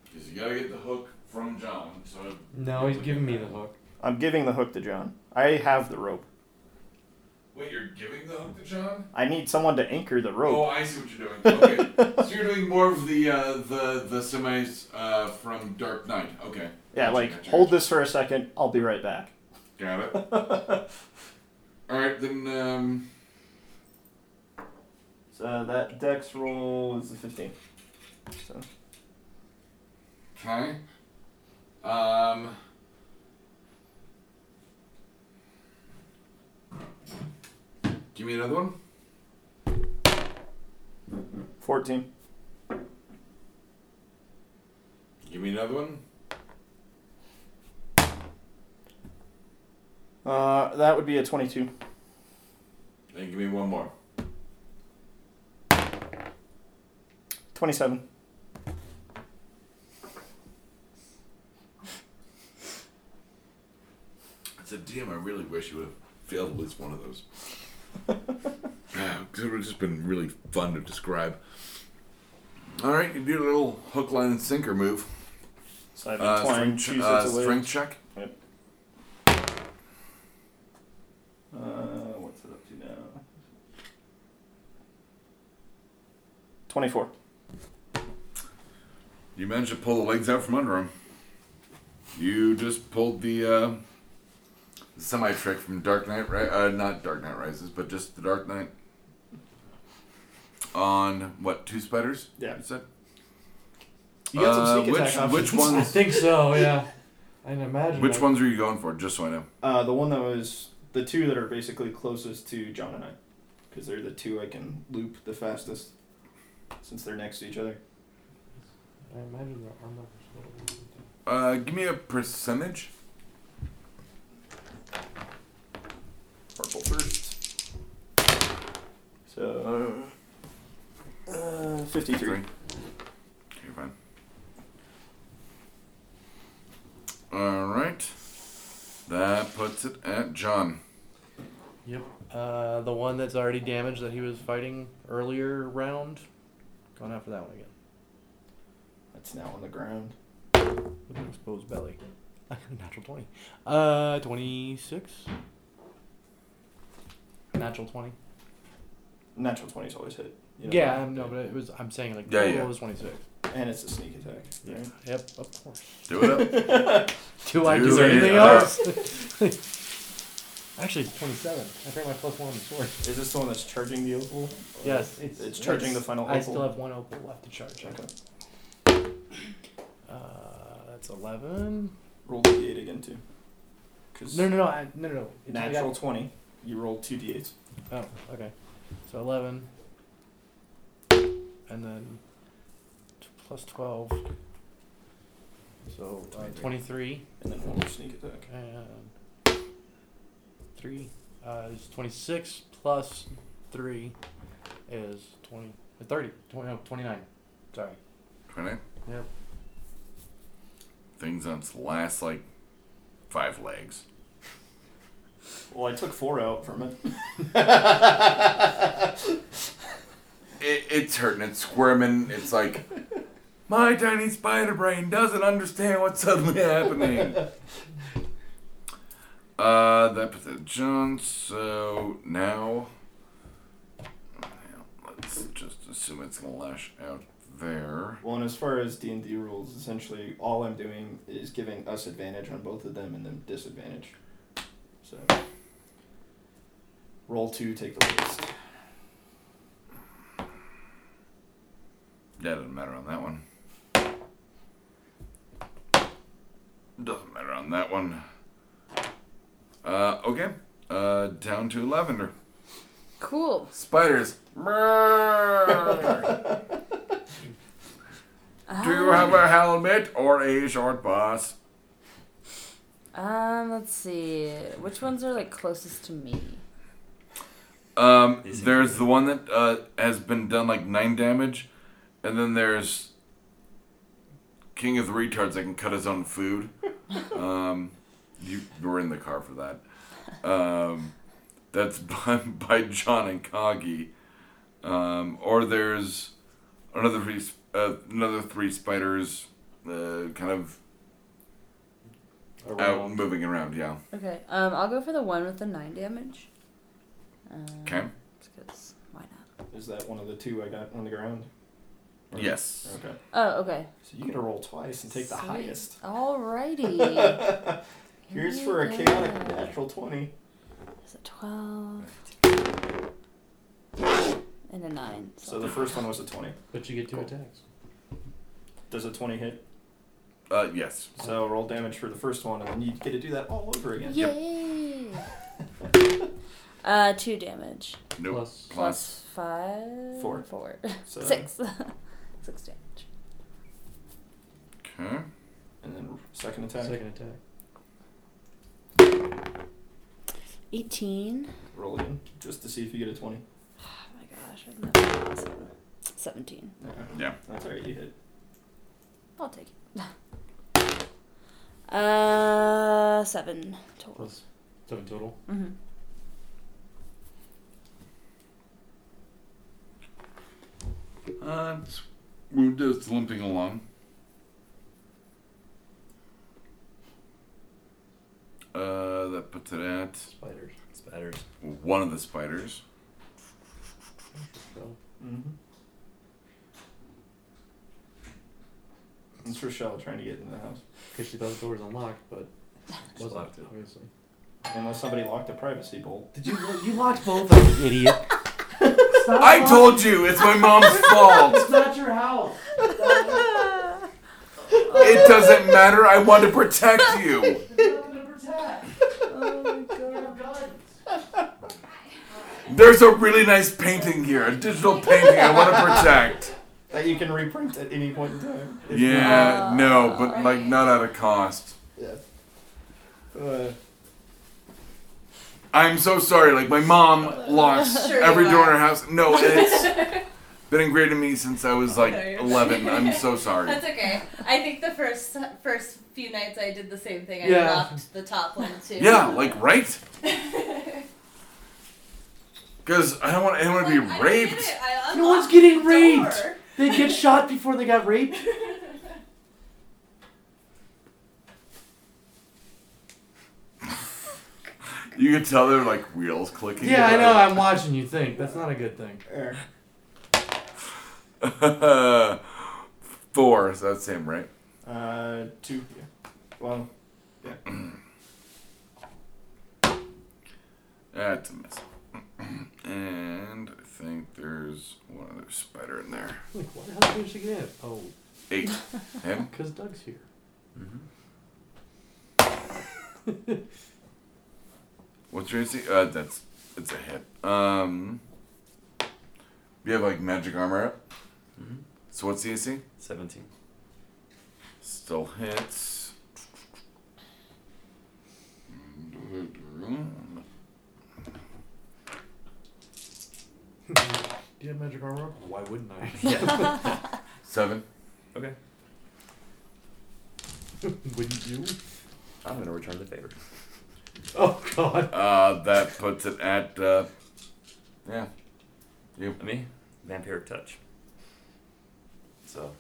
[SPEAKER 2] Because you gotta get the hook from John, so
[SPEAKER 8] No, he's giving me the hook.
[SPEAKER 3] I'm giving the hook to John. I have the rope.
[SPEAKER 2] Wait, you're giving the hook to John?
[SPEAKER 3] I need someone to anchor the
[SPEAKER 2] Oh,
[SPEAKER 3] rope.
[SPEAKER 2] I see what you're doing. Okay, so you're doing more of the uh, the the semis uh, from Dark Knight. Okay.
[SPEAKER 3] yeah,
[SPEAKER 2] Gotcha,
[SPEAKER 3] like
[SPEAKER 2] gotcha,
[SPEAKER 3] hold
[SPEAKER 2] gotcha.
[SPEAKER 3] this for a second. I'll be right back.
[SPEAKER 2] Got it. All right, then. Um,
[SPEAKER 3] So that dex roll is a 15. So
[SPEAKER 2] okay. Um. Give me another one.
[SPEAKER 3] 14.
[SPEAKER 2] Give me another one.
[SPEAKER 3] Uh, that would be a 22.
[SPEAKER 2] Then give me one more.
[SPEAKER 3] 27.
[SPEAKER 2] I said, "Damn, I really wish you would have failed at least one of those." Because it would have just been really fun to describe. All right, you do a little hook, line, and sinker move.
[SPEAKER 3] So I have a
[SPEAKER 2] Uh, strength,
[SPEAKER 3] twine.
[SPEAKER 2] ch-
[SPEAKER 3] Choose it
[SPEAKER 2] uh,
[SPEAKER 3] to live.
[SPEAKER 2] strength check.
[SPEAKER 3] Uh, what's it up to now? 24.
[SPEAKER 2] You managed to pull the legs out from under him. You just pulled the uh, semi trick from Dark Knight, Ri- uh, not Dark Knight Rises, but just the Dark Knight. On what two spiders?
[SPEAKER 3] Yeah.
[SPEAKER 2] you said.
[SPEAKER 3] You got some
[SPEAKER 2] Uh,
[SPEAKER 3] sneak attack
[SPEAKER 2] which-
[SPEAKER 3] options.
[SPEAKER 2] which one-
[SPEAKER 8] I think so, yeah. I imagine.
[SPEAKER 2] Which
[SPEAKER 8] I-
[SPEAKER 2] ones are you going for? Just so I know.
[SPEAKER 3] Uh, the one that was the two that are basically closest to John and I, because they're the two I can loop the fastest, since they're next to each other.
[SPEAKER 8] I imagine their armor was a
[SPEAKER 2] Uh, give me a percentage.
[SPEAKER 3] Purple first. So. Uh, 53.
[SPEAKER 2] Three. You're fine. All right. That puts it at John.
[SPEAKER 4] Yep. Uh, the one that's already damaged that he was fighting earlier round. Going after that one again.
[SPEAKER 3] That's now on the ground.
[SPEAKER 4] With an exposed belly. Natural 20. Uh, 26? Natural 20.
[SPEAKER 3] Natural 20's always hit. you know
[SPEAKER 4] yeah,
[SPEAKER 3] that.
[SPEAKER 4] I'm, no, but it was, I'm saying like,
[SPEAKER 2] Yeah,
[SPEAKER 4] total
[SPEAKER 2] yeah.
[SPEAKER 4] was 26.
[SPEAKER 3] And it's a sneak attack. Right?
[SPEAKER 4] Yep, of course.
[SPEAKER 2] Do it up.
[SPEAKER 4] Do I do
[SPEAKER 2] Dude,
[SPEAKER 4] anything
[SPEAKER 2] yeah.
[SPEAKER 4] else? Actually, it's 27. I forgot my plus one on the sword.
[SPEAKER 3] Is this the one that's charging the opal?
[SPEAKER 4] Yes, it's,
[SPEAKER 3] It's charging the final
[SPEAKER 4] I
[SPEAKER 3] opal.
[SPEAKER 4] still have one opal left to charge.
[SPEAKER 3] Okay.
[SPEAKER 4] Uh, that's 11.
[SPEAKER 3] Roll the d8 again, too. 'Cause
[SPEAKER 4] No, no, no, I, no, no, no. It's- I got-
[SPEAKER 3] Natural 20. You roll two d8s.
[SPEAKER 4] Oh, okay. So 11. And then t- plus 12. So uh, 23.
[SPEAKER 3] And then one more sneak attack.
[SPEAKER 4] And 3 uh, is 26 plus 3 is 20. uh, 30. 20, no, 29. Sorry.
[SPEAKER 2] Twenty.
[SPEAKER 4] Yep.
[SPEAKER 2] Things on its last like five legs.
[SPEAKER 3] Well, I took four out from it.
[SPEAKER 2] It, it's hurting. It's squirming. It's like my tiny spider brain doesn't understand what's suddenly happening. Uh, that puts it at John. So now, now let's just assume it's gonna lash out there.
[SPEAKER 3] Well, and as far as D and D rules, essentially all I'm doing is giving us advantage on both of them and them disadvantage. So roll two, take the least.
[SPEAKER 2] That doesn't matter on that one. Doesn't matter on that one. Uh, okay. Uh, down to lavender.
[SPEAKER 5] Cool.
[SPEAKER 2] Spiders. Do you have a helmet or a short bus?
[SPEAKER 5] Um, let's see. Which ones are like closest to me?
[SPEAKER 2] Um,
[SPEAKER 6] Is it-
[SPEAKER 2] there's the one that uh, has been done like nine damage, and then there's King of the Retards that can cut his own food. Um, you were in the car for that. Um, that's by, by John and Coggy. Um, or there's another three, sp- uh, another three spiders, uh, kind of out
[SPEAKER 9] Around.
[SPEAKER 2] moving around. Yeah.
[SPEAKER 5] Okay. Um, I'll go for the one with the nine damage. Um,
[SPEAKER 2] Okay.
[SPEAKER 5] Because why not?
[SPEAKER 3] Is that one of the two I got on the ground? Or-
[SPEAKER 2] Yes.
[SPEAKER 3] Okay.
[SPEAKER 5] Oh, okay.
[SPEAKER 3] So you get to roll twice and take the
[SPEAKER 5] Sweet.
[SPEAKER 3] highest.
[SPEAKER 5] Alrighty. Here
[SPEAKER 3] Here's
[SPEAKER 5] we
[SPEAKER 3] for a
[SPEAKER 5] go.
[SPEAKER 3] chaotic natural 20.
[SPEAKER 5] Is it twelve? And a nine.
[SPEAKER 3] So the first one was a 20.
[SPEAKER 4] But you get two
[SPEAKER 3] Cool.
[SPEAKER 4] attacks.
[SPEAKER 3] Does a 20 hit?
[SPEAKER 2] Uh, yes.
[SPEAKER 3] So roll damage for the first one, and then you get to do that all over again.
[SPEAKER 5] Yay! uh, two damage.
[SPEAKER 2] Nope.
[SPEAKER 4] Plus-
[SPEAKER 5] Plus five.
[SPEAKER 3] Four.
[SPEAKER 5] Four.
[SPEAKER 3] So,
[SPEAKER 5] Six. Six damage.
[SPEAKER 2] Okay.
[SPEAKER 3] And then second attack.
[SPEAKER 4] Second attack.
[SPEAKER 5] Eighteen.
[SPEAKER 3] Roll again, just to see if you get a 20.
[SPEAKER 5] Oh my gosh, I've never awesome. Seventeen.
[SPEAKER 3] No.
[SPEAKER 2] Yeah.
[SPEAKER 3] That's alright, you hit.
[SPEAKER 5] I'll take it. Uh, seven total.
[SPEAKER 4] Plus seven total.
[SPEAKER 5] Mm-hmm.
[SPEAKER 2] Uh, it's, we're just limping along. Uh, that puts it at
[SPEAKER 4] Spiders.
[SPEAKER 6] Spiders.
[SPEAKER 2] one of the spiders.
[SPEAKER 4] So
[SPEAKER 3] Mm-hmm. It's Rochelle trying to get in the house.
[SPEAKER 4] because she thought the door was unlocked, but it wasn't
[SPEAKER 6] locked it.
[SPEAKER 4] obviously.
[SPEAKER 3] Unless somebody locked the privacy bolt.
[SPEAKER 4] Did you you locked both of them, idiot? Stop
[SPEAKER 2] I told you it's my mom's fault.
[SPEAKER 4] It's not your house.
[SPEAKER 2] It doesn't matter. I want to protect you. Oh, There's a really nice painting here, a digital painting I want to protect.
[SPEAKER 3] That you can reprint at any point in time. If you
[SPEAKER 2] Yeah, no, but like not at a cost.
[SPEAKER 3] want. Yeah. Uh,
[SPEAKER 2] I'm so sorry. Like my mom locks
[SPEAKER 5] Sure
[SPEAKER 2] every
[SPEAKER 5] you
[SPEAKER 2] door in
[SPEAKER 5] are.
[SPEAKER 2] her house. No, it's been ingrained in me since I was like
[SPEAKER 10] Okay.
[SPEAKER 2] 11. I'm so sorry.
[SPEAKER 10] That's okay. I think the first first few nights I did the same thing. I
[SPEAKER 4] Yeah.
[SPEAKER 10] locked the top one too.
[SPEAKER 2] Yeah, like right. Because I don't want anyone to be
[SPEAKER 10] Like, I did
[SPEAKER 2] raped.
[SPEAKER 10] it. I
[SPEAKER 4] No one's
[SPEAKER 10] unlocked
[SPEAKER 4] getting
[SPEAKER 10] the
[SPEAKER 4] raped.
[SPEAKER 10] door.
[SPEAKER 4] They get shot before they got raped.
[SPEAKER 2] You could tell they're like wheels clicking.
[SPEAKER 4] Yeah, I know. I'm watching you think. That's not a good thing.
[SPEAKER 3] er,
[SPEAKER 2] know. Four. So that's him, right?
[SPEAKER 3] uh, two. Yeah. Well,
[SPEAKER 2] That's a miss. And I think there's one other spider in there.
[SPEAKER 4] Like, what the hell did she get in? Oh,
[SPEAKER 2] Eight. Him.
[SPEAKER 4] because Doug's here.
[SPEAKER 2] What's your AC? Uh, that's it's a hit. Um, you have like magic armor up.
[SPEAKER 3] Mm-hmm.
[SPEAKER 2] So what's the AC?
[SPEAKER 6] 17.
[SPEAKER 2] Still hits.
[SPEAKER 4] Do you have magic armor? up? Why wouldn't I?
[SPEAKER 2] Seven.
[SPEAKER 6] Okay.
[SPEAKER 4] wouldn't you?
[SPEAKER 6] I'm going to return the favor.
[SPEAKER 4] Oh God.
[SPEAKER 2] Uh, that puts it at uh, yeah.
[SPEAKER 6] Me? Vampiric Touch. So.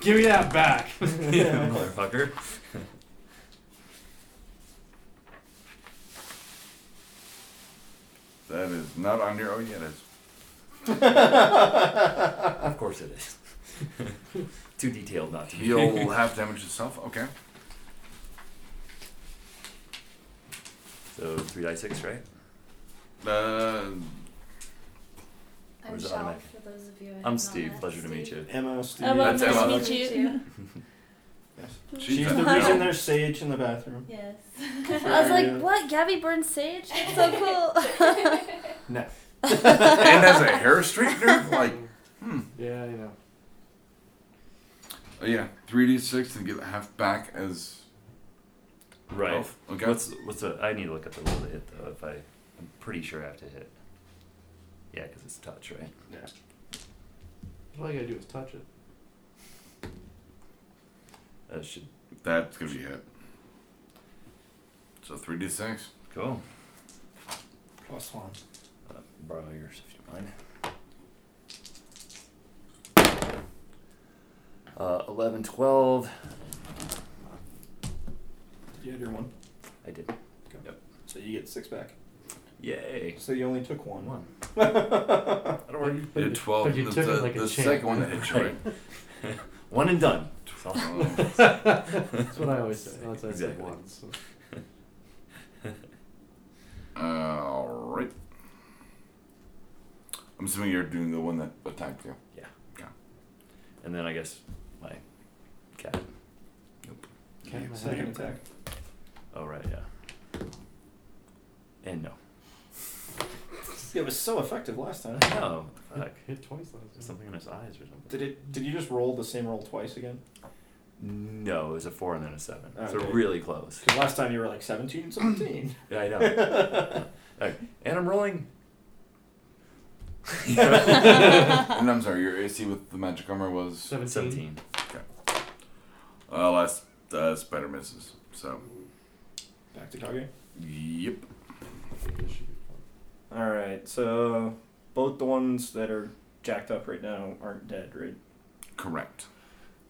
[SPEAKER 4] Give me that back.
[SPEAKER 6] Motherfucker.
[SPEAKER 2] That is not on your. Oh yeah, it is.
[SPEAKER 6] Of course it is. Too detailed not to be.
[SPEAKER 2] He'll half damage itself. Okay.
[SPEAKER 6] So 3 die 6, right?
[SPEAKER 2] Uh,
[SPEAKER 10] I'm
[SPEAKER 6] Where's the
[SPEAKER 10] shell
[SPEAKER 6] automatic?
[SPEAKER 10] for
[SPEAKER 5] those of you. I have
[SPEAKER 6] I'm
[SPEAKER 5] not
[SPEAKER 6] Steve.
[SPEAKER 5] met.
[SPEAKER 6] Pleasure to meet you.
[SPEAKER 3] Emma, Steve.
[SPEAKER 5] Emma,
[SPEAKER 2] That's
[SPEAKER 5] nice
[SPEAKER 2] Emma.
[SPEAKER 5] to meet you.
[SPEAKER 2] She's,
[SPEAKER 3] She's
[SPEAKER 2] a
[SPEAKER 3] the
[SPEAKER 2] no.
[SPEAKER 3] reason there's sage in the bathroom.
[SPEAKER 11] Yes.
[SPEAKER 5] I was
[SPEAKER 3] Yeah.
[SPEAKER 5] like, what? Gabby burned sage? That's so cool.
[SPEAKER 12] No.
[SPEAKER 2] and as a hair straightener, like hmm.
[SPEAKER 12] Yeah, you know.
[SPEAKER 2] oh, yeah, three d six and get half back as
[SPEAKER 6] Right.
[SPEAKER 2] health. Okay.
[SPEAKER 6] What's what's a? I need to look at the roll to hit though. If I, I'm pretty sure I have to hit. Yeah, because it's touch, right?
[SPEAKER 12] All you gotta do is touch it.
[SPEAKER 6] That should
[SPEAKER 2] That's gonna be a hit. So three d six.
[SPEAKER 6] go.
[SPEAKER 3] Plus one.
[SPEAKER 6] Uh, borrow yours if you don't mind. Uh, 11, 12.
[SPEAKER 3] Did you add your one?
[SPEAKER 6] I did.
[SPEAKER 3] So you get six back.
[SPEAKER 6] Yay.
[SPEAKER 3] So you only took one.
[SPEAKER 6] One.
[SPEAKER 12] That'll work.
[SPEAKER 2] You had twelve.
[SPEAKER 12] but you
[SPEAKER 2] and
[SPEAKER 12] took
[SPEAKER 2] the
[SPEAKER 12] it like a
[SPEAKER 2] the
[SPEAKER 12] champ.
[SPEAKER 2] second one that hit you, right?
[SPEAKER 6] One and done.
[SPEAKER 2] Oh,
[SPEAKER 12] That's what I always say. That's what I say
[SPEAKER 6] Exactly.
[SPEAKER 12] once.
[SPEAKER 2] all right. I'm assuming you're doing the one that attacked you.
[SPEAKER 6] And then I guess my cat.
[SPEAKER 12] Cat in my
[SPEAKER 3] Second
[SPEAKER 12] hand.
[SPEAKER 3] attack.
[SPEAKER 6] Oh, right, yeah. And no.
[SPEAKER 3] It was so effective last time.
[SPEAKER 6] Oh, what the fuck.
[SPEAKER 12] Hit twice last time.
[SPEAKER 6] Something in his eyes or something.
[SPEAKER 3] Did it? Did you just roll the same roll twice again?
[SPEAKER 6] No, it was a four and then a seven. So
[SPEAKER 3] Okay.
[SPEAKER 6] really close.
[SPEAKER 3] Because last time you were like 17, 17.
[SPEAKER 6] Yeah, I know. Okay. And I'm rolling. Seventeen.
[SPEAKER 2] and I'm sorry, your AC with the magic armor was
[SPEAKER 12] Seventeen.
[SPEAKER 2] uh, last uh, spider misses. So
[SPEAKER 3] Back to Kage.
[SPEAKER 2] yep.
[SPEAKER 3] All right. So both the ones that are jacked up right now aren't dead, right?
[SPEAKER 2] Correct.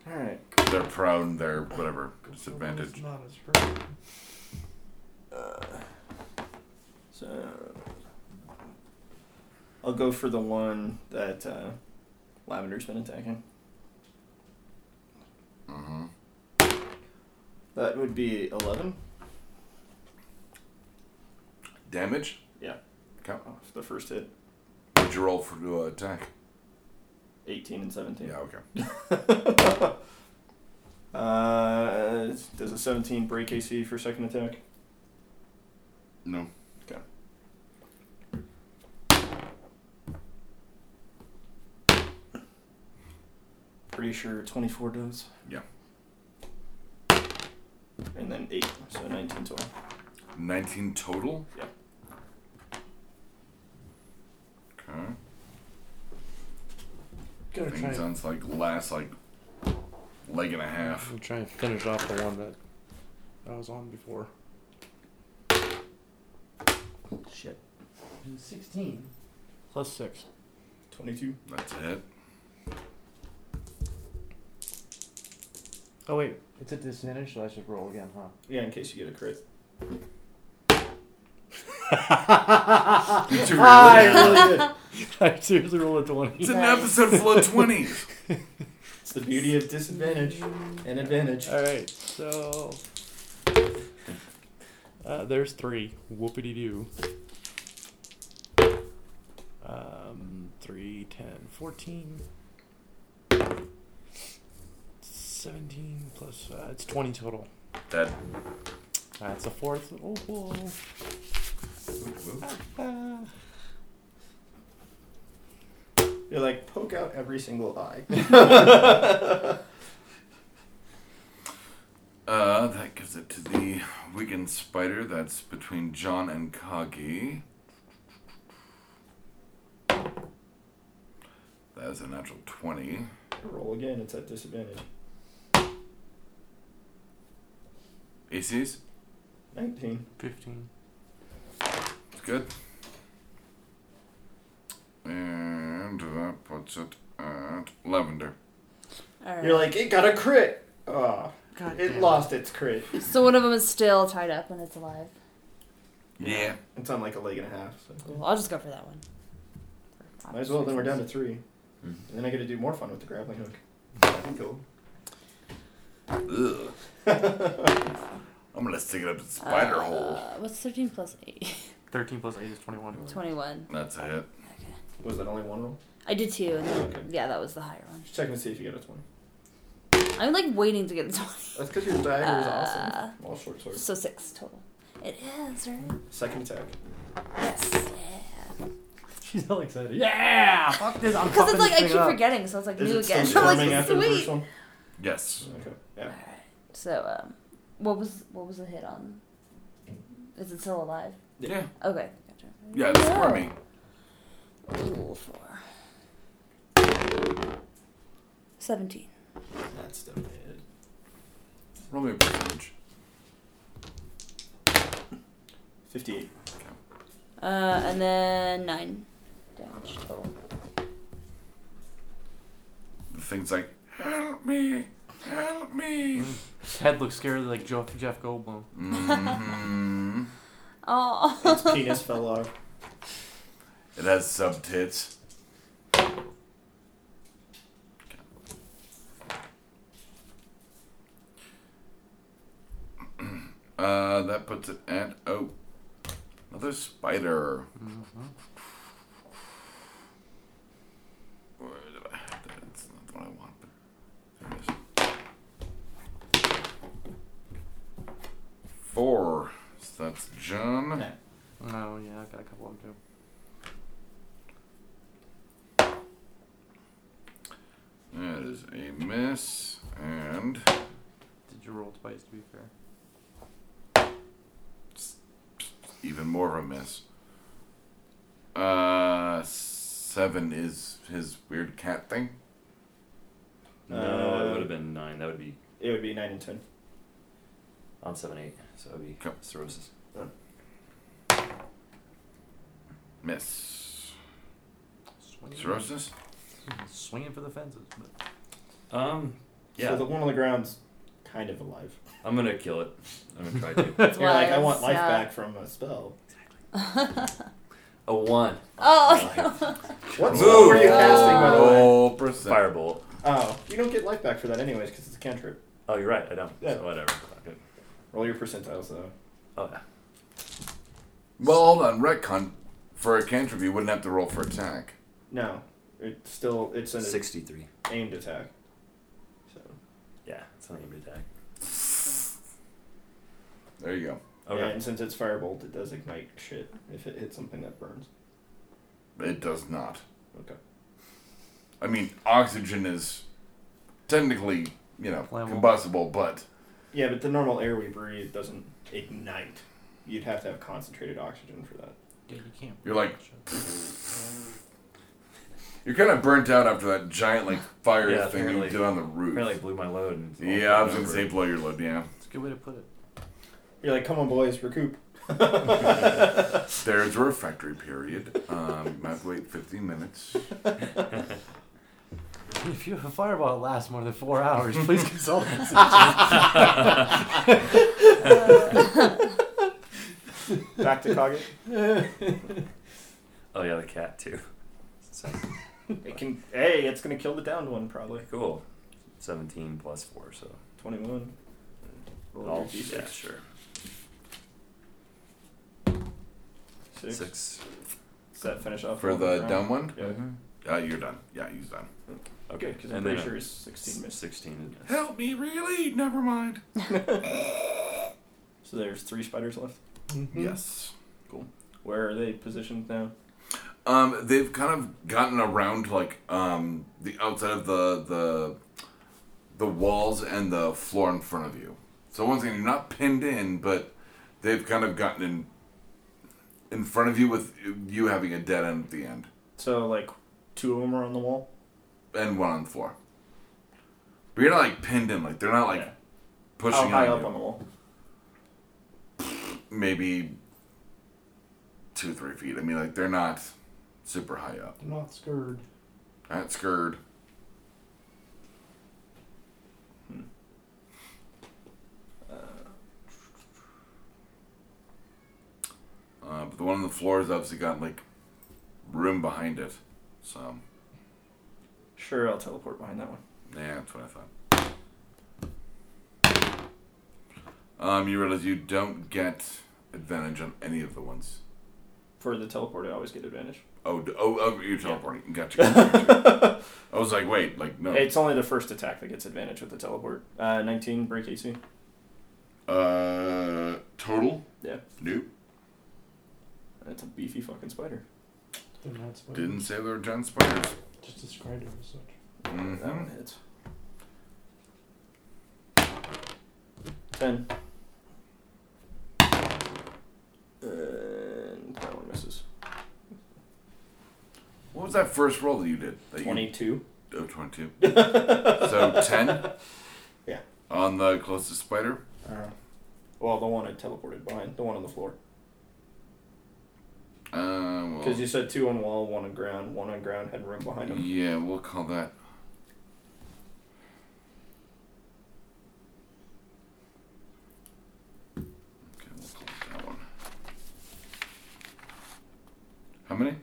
[SPEAKER 3] All right.
[SPEAKER 2] They're prone. They're whatever disadvantage.
[SPEAKER 12] Not as hurt.
[SPEAKER 3] Uh, So I'll go for the one that uh, Lavender's been attacking.
[SPEAKER 2] Mm-hmm.
[SPEAKER 3] That would be 11.
[SPEAKER 2] Damage.
[SPEAKER 3] Oh, for the first hit.
[SPEAKER 2] What'd you roll for to attack?
[SPEAKER 3] 18 and 17.
[SPEAKER 2] Yeah. Okay.
[SPEAKER 3] Uh, does a 17 break AC for second attack?
[SPEAKER 2] No.
[SPEAKER 3] Pretty sure 24 does.
[SPEAKER 2] Yeah.
[SPEAKER 3] And then 8, so 19 total.
[SPEAKER 2] Nineteen total.
[SPEAKER 3] Yeah.
[SPEAKER 2] Okay.
[SPEAKER 12] Gotta try.
[SPEAKER 2] Thing
[SPEAKER 12] And,
[SPEAKER 2] sounds like last like leg and a half.
[SPEAKER 4] I'm trying to finish off the one that I was on before.
[SPEAKER 6] Shit.
[SPEAKER 4] Sixteen. Plus six.
[SPEAKER 3] 22.
[SPEAKER 2] That's it.
[SPEAKER 4] Oh wait, it's at disadvantage, so I should roll again, huh?
[SPEAKER 3] Yeah, in case you get a crit.
[SPEAKER 2] You two
[SPEAKER 4] I
[SPEAKER 2] really-
[SPEAKER 4] really did. I seriously rolled a twenty.
[SPEAKER 2] It's an episode full of twenties.
[SPEAKER 3] It's the beauty of disadvantage and advantage.
[SPEAKER 4] All right, so uh, there's three. Whoopity doo. Um, 3, 10, 14, 17 plus, uh, it's 20 total.
[SPEAKER 2] That
[SPEAKER 4] That's a fourth. Oh, whoa. Ah.
[SPEAKER 3] You're like, poke out every single eye.
[SPEAKER 2] uh, that gives it to the weakened spider. That's between John and Kagi. That is a natural twenty.
[SPEAKER 3] Roll again, it's at disadvantage.
[SPEAKER 2] ACs.
[SPEAKER 3] 19.
[SPEAKER 4] 15.
[SPEAKER 2] It's good. And that puts it at lavender.
[SPEAKER 5] All right.
[SPEAKER 3] You're like, it got a crit! Oh, it lost its crit.
[SPEAKER 5] so one of them is still tied up and it's alive.
[SPEAKER 2] Yeah.
[SPEAKER 3] It's on like a leg and a half. So.
[SPEAKER 5] Cool. I'll just go for that one.
[SPEAKER 3] Might as well, then we're down to 3. And then I get to do more fun with the grappling hook. Hmm. Cool.
[SPEAKER 2] Ugh. I'm gonna stick it up its spider hole.
[SPEAKER 5] Uh, what's 13 Uh, plus 8?
[SPEAKER 4] 13 plus 8 is 21.
[SPEAKER 5] 21.
[SPEAKER 2] That's a hit.
[SPEAKER 5] Okay.
[SPEAKER 3] Was that only one roll?
[SPEAKER 5] I did too. And then,
[SPEAKER 3] Okay.
[SPEAKER 5] Yeah, that was the higher one.
[SPEAKER 3] Just checking to see if you got a 20.
[SPEAKER 5] I'm like waiting to get the 20.
[SPEAKER 3] That's because your dagger is
[SPEAKER 5] Uh,
[SPEAKER 3] awesome. Well, short sword.
[SPEAKER 5] So six total. It is, right?
[SPEAKER 3] Second attack.
[SPEAKER 5] Yes.
[SPEAKER 4] She's all excited. Yeah! Fuck this. I'm
[SPEAKER 5] Because
[SPEAKER 4] popping
[SPEAKER 5] it's like I
[SPEAKER 4] this
[SPEAKER 5] keep
[SPEAKER 4] thing up.
[SPEAKER 5] forgetting, so it's like
[SPEAKER 3] Is
[SPEAKER 5] new
[SPEAKER 3] it still
[SPEAKER 5] again. I'm
[SPEAKER 3] squirming
[SPEAKER 5] like
[SPEAKER 3] after the first
[SPEAKER 5] sweet.
[SPEAKER 3] one?
[SPEAKER 2] Yes.
[SPEAKER 3] Okay. Yeah.
[SPEAKER 5] So um, what was what was the hit on? Is it still alive?
[SPEAKER 2] Yeah.
[SPEAKER 5] Okay. Gotcha.
[SPEAKER 2] Yeah, it's
[SPEAKER 5] No.
[SPEAKER 2] squirming.
[SPEAKER 5] Ooh, four. Seventeen.
[SPEAKER 3] That's definitely it.
[SPEAKER 2] Roll me a percentage.
[SPEAKER 3] 58.
[SPEAKER 5] Uh, and then nine damage total.
[SPEAKER 2] The thing's like, help me, help me. Mm-hmm.
[SPEAKER 4] His head looks scared like Jeff, Jeff Goldblum.
[SPEAKER 2] Mhm.
[SPEAKER 5] Oh.
[SPEAKER 3] Its penis fell off.
[SPEAKER 2] It has sub tits. Uh, that puts it at oh, another spider. Where did I have that? It's not the one I want, but there it is. Four. So that's John.
[SPEAKER 4] Oh, yeah, I got a couple of them
[SPEAKER 2] That is a miss, and
[SPEAKER 4] too. Did you roll twice, to be fair?
[SPEAKER 2] even more of a miss. Uh, seven is his weird cat thing.
[SPEAKER 6] No,
[SPEAKER 3] Uh,
[SPEAKER 6] it would have been nine. That would be
[SPEAKER 3] It would be 9 and 10.
[SPEAKER 6] on seven eight. So it would be
[SPEAKER 2] Okay.
[SPEAKER 6] cirrhosis.
[SPEAKER 2] Miss.
[SPEAKER 4] Swinging,
[SPEAKER 2] Cirrhosis?
[SPEAKER 4] swinging for the fences. But
[SPEAKER 6] Um, yeah,
[SPEAKER 3] So the one on the ground's kind of alive.
[SPEAKER 6] I'm gonna kill it. I'm gonna try to.
[SPEAKER 5] That's
[SPEAKER 3] You're like, I
[SPEAKER 5] wise,
[SPEAKER 3] want life
[SPEAKER 5] yeah.
[SPEAKER 3] back from a spell.
[SPEAKER 6] A one
[SPEAKER 5] Oh.
[SPEAKER 3] What
[SPEAKER 2] Move.
[SPEAKER 3] spell were you casting, by the way?
[SPEAKER 2] Roll percent.
[SPEAKER 6] firebolt.
[SPEAKER 3] Oh, you don't get life back for that anyways, because it's a cantrip.
[SPEAKER 6] Oh, you're right. I don't.
[SPEAKER 3] Yeah.
[SPEAKER 6] So whatever. Fuck it.
[SPEAKER 3] Roll your percentiles, though.
[SPEAKER 6] Oh yeah.
[SPEAKER 2] Well, hold on. Retcon. For a cantrip, you wouldn't have to roll for attack.
[SPEAKER 3] No. It's still, it's an
[SPEAKER 6] Sixty-three.
[SPEAKER 3] aimed attack. So,
[SPEAKER 6] Yeah, it's an aimed attack.
[SPEAKER 2] There you go.
[SPEAKER 3] yeah,
[SPEAKER 6] Okay.
[SPEAKER 3] and since it's firebolt, it does ignite shit if it hits something that burns.
[SPEAKER 2] It does not.
[SPEAKER 3] Okay.
[SPEAKER 2] I mean, oxygen is technically, you know,
[SPEAKER 4] Flammable.
[SPEAKER 2] combustible, but
[SPEAKER 3] Yeah, but the normal air we breathe doesn't ignite. You'd have to have concentrated oxygen for that.
[SPEAKER 4] yeah, you can't.
[SPEAKER 2] You're like- you're kind of burnt out after that giant, like, fire
[SPEAKER 6] Yeah,
[SPEAKER 2] thing you
[SPEAKER 6] apparently-
[SPEAKER 2] did on the roof.
[SPEAKER 6] Apparently blew my load. And it's all
[SPEAKER 2] Yeah, I was gonna
[SPEAKER 6] over.
[SPEAKER 2] say blow your load. Yeah,
[SPEAKER 4] It's a good way to put it.
[SPEAKER 3] You're like, come on, boys, recoup.
[SPEAKER 2] there's a refractory period. Um, you might have to wait 15 minutes.
[SPEAKER 4] If you have a fireball that lasts more than four hours, please consult us.
[SPEAKER 5] Um,
[SPEAKER 3] Back to Kage.
[SPEAKER 6] Oh yeah, the cat too. So,
[SPEAKER 3] It can. Hey, it's gonna kill the downed one probably.
[SPEAKER 6] cool. Seventeen plus four, so.
[SPEAKER 3] Twenty-one. Roll
[SPEAKER 6] Oh,
[SPEAKER 3] your d6.
[SPEAKER 6] yeah, sure.
[SPEAKER 3] Six.
[SPEAKER 6] Six.
[SPEAKER 3] Does that finish off
[SPEAKER 2] For
[SPEAKER 3] all
[SPEAKER 2] the
[SPEAKER 3] round?
[SPEAKER 2] dumb one?
[SPEAKER 3] Yeah.
[SPEAKER 2] Uh, you're done. Yeah, he's done.
[SPEAKER 3] Okay,
[SPEAKER 6] Okay.
[SPEAKER 3] because
[SPEAKER 6] And
[SPEAKER 3] I'm
[SPEAKER 6] then
[SPEAKER 3] pretty
[SPEAKER 6] a
[SPEAKER 3] sure it's sixteen minutes.
[SPEAKER 6] Sixteen. is-
[SPEAKER 2] Help me, really? Never mind.
[SPEAKER 3] So there's three spiders left.
[SPEAKER 2] Yes.
[SPEAKER 3] Where are they positioned now?
[SPEAKER 2] Um, they've kind of gotten around like um the outside of the the the walls and the floor in front of you. So once again, you're not pinned in, but they've kind of gotten in in front of you with you having a dead end at the end
[SPEAKER 3] So like, two of them are on the wall.
[SPEAKER 2] and one on the floor. But you're not like pinned in. Like they're not like
[SPEAKER 3] Yeah.
[SPEAKER 2] pushing
[SPEAKER 3] How Oh, high
[SPEAKER 2] on
[SPEAKER 3] up
[SPEAKER 2] you.
[SPEAKER 3] on the wall?
[SPEAKER 2] maybe two, three feet. I mean, like they're not super high up.
[SPEAKER 13] I'm not scared.
[SPEAKER 2] Not scared. Uh, but the one on the floor has obviously got like room behind it. So
[SPEAKER 3] Sure, I'll teleport behind that one.
[SPEAKER 2] yeah, that's what I thought. Um, you realize you don't get advantage on any of the ones.
[SPEAKER 3] for the teleport, I always get advantage.
[SPEAKER 2] Oh, d- oh, oh you're teleporting. Gotcha. gotcha, gotcha. I was like, wait, like no.
[SPEAKER 3] It's only the first attack that gets advantage with the teleport. Uh, 19, break AC.
[SPEAKER 2] Uh, total.
[SPEAKER 3] Yeah.
[SPEAKER 2] Nope.
[SPEAKER 3] That's a beefy fucking spider.
[SPEAKER 4] They're not spider.
[SPEAKER 2] Didn't say there were giant spiders.
[SPEAKER 4] Just described it as such.
[SPEAKER 2] Mhm.
[SPEAKER 3] That one hits. 10. And that one misses.
[SPEAKER 2] What was that first roll that you did? That
[SPEAKER 3] 22.
[SPEAKER 2] You, oh, 22. so 10?
[SPEAKER 3] Yeah.
[SPEAKER 2] On the closest spider?
[SPEAKER 3] Uh, well, the one I teleported behind, the one on the floor.
[SPEAKER 2] Uh, well,
[SPEAKER 3] Because you said two on wall, one on ground, one on ground had room behind him.
[SPEAKER 2] yeah, we'll call that. Okay, we'll call it that one. How many?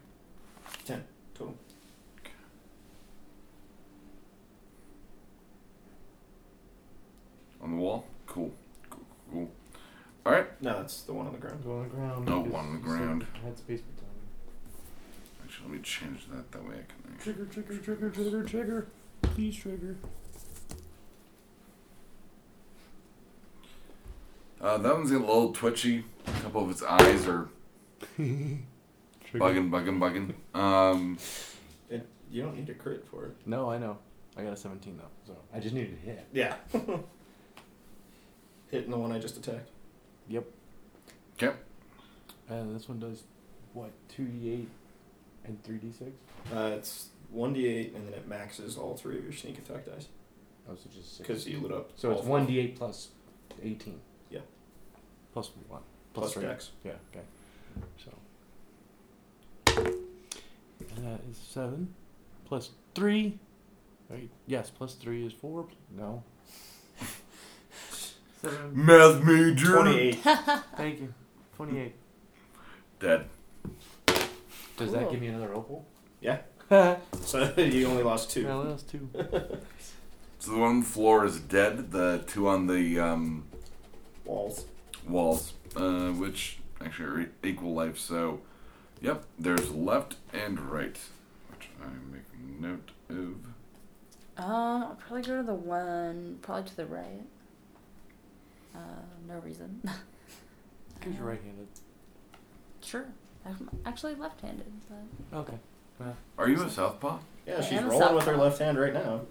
[SPEAKER 3] Ten total.
[SPEAKER 2] On the wall? Cool. Cool. cool. Alright.
[SPEAKER 3] No, that's the one on the ground.
[SPEAKER 4] Go on the ground.
[SPEAKER 2] No,
[SPEAKER 4] because
[SPEAKER 2] one on the
[SPEAKER 4] you said
[SPEAKER 2] ground.
[SPEAKER 4] I had space battalion.
[SPEAKER 2] Actually, let me change that. That way I can.
[SPEAKER 4] Trigger, trigger, trigger, trigger, trigger. Please trigger.
[SPEAKER 2] Uh, that one's getting a little twitchy. A couple of its eyes are bugging, bugging, bugging. Um,
[SPEAKER 3] It, you don't need a crit for it.
[SPEAKER 14] No, I know. I got a 17 though. So
[SPEAKER 4] I just needed to hit.
[SPEAKER 3] Yeah. Hitting the one I just attacked.
[SPEAKER 14] yep.
[SPEAKER 2] okay.
[SPEAKER 14] And this one does what? 2d8 and 3d6.
[SPEAKER 3] Uh, it's 1d8, and then it maxes all three of your sneak attack dice.
[SPEAKER 14] Oh, so just six.
[SPEAKER 3] Because you lit up.
[SPEAKER 14] So it's
[SPEAKER 3] all
[SPEAKER 14] one d eight plus eighteen.
[SPEAKER 3] Yeah.
[SPEAKER 14] Plus one.
[SPEAKER 3] plus
[SPEAKER 14] three.
[SPEAKER 3] dex.
[SPEAKER 14] Yeah. Okay. So. And that is seven, plus three. Right. Yes, plus three is four. pl- No. seven.
[SPEAKER 2] Math major.
[SPEAKER 3] 28.
[SPEAKER 14] Thank you. Twenty-eight.
[SPEAKER 2] Dead.
[SPEAKER 4] Does that give me another opal?
[SPEAKER 14] Well,
[SPEAKER 3] so you only lost two.
[SPEAKER 14] that's two.
[SPEAKER 2] So the one on the floor is dead. The two on the um,
[SPEAKER 3] Walls.
[SPEAKER 2] walls, uh, which actually are e- equal life. So, yep, there's left and right, which I'm making note of.
[SPEAKER 5] Um, I'll probably go to the one, probably to the right. Uh, no reason.
[SPEAKER 14] Because you're right-handed.
[SPEAKER 5] Sure. I'm actually left-handed, but
[SPEAKER 14] Okay.
[SPEAKER 2] Are you a southpaw?
[SPEAKER 3] Yeah,
[SPEAKER 5] I
[SPEAKER 3] she's
[SPEAKER 5] am a
[SPEAKER 3] rolling with her
[SPEAKER 5] southpaw.
[SPEAKER 3] left hand right now.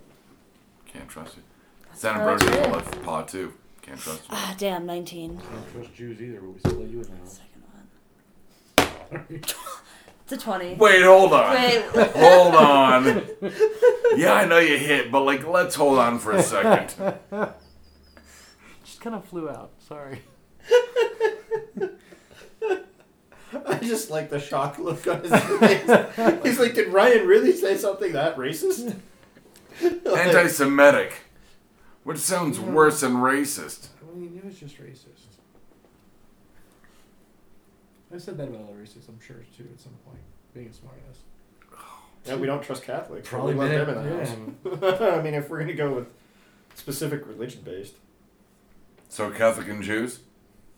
[SPEAKER 2] Can't trust you.
[SPEAKER 5] that's
[SPEAKER 2] Santa
[SPEAKER 5] what
[SPEAKER 2] Brody
[SPEAKER 5] I
[SPEAKER 2] is a
[SPEAKER 5] did.
[SPEAKER 2] left-paw too. Can't trust you.
[SPEAKER 5] Ah, damn, nineteen.
[SPEAKER 4] Don't trust Jews either, but we still let you in the house.
[SPEAKER 5] Second one. It's a twenty.
[SPEAKER 2] Wait, hold on.
[SPEAKER 5] Wait.
[SPEAKER 2] Hold on. Yeah, I know you hit, but like, let's hold on for a second.
[SPEAKER 14] Just kind of flew out. Sorry.
[SPEAKER 3] I just like the shock look on his face. He's like, did Ryan really say something that racist?
[SPEAKER 2] Anti-Semitic, which sounds worse than racist.
[SPEAKER 4] Well, you knew it's just racist. I said that about other racists, I'm sure, too, at some point. Being a smartass.
[SPEAKER 3] yeah, we don't trust Catholics.
[SPEAKER 4] Probably
[SPEAKER 3] we let them in
[SPEAKER 4] didn't,
[SPEAKER 3] the house. I mean, if we're gonna go with specific religion based
[SPEAKER 2] So Catholic and Jews.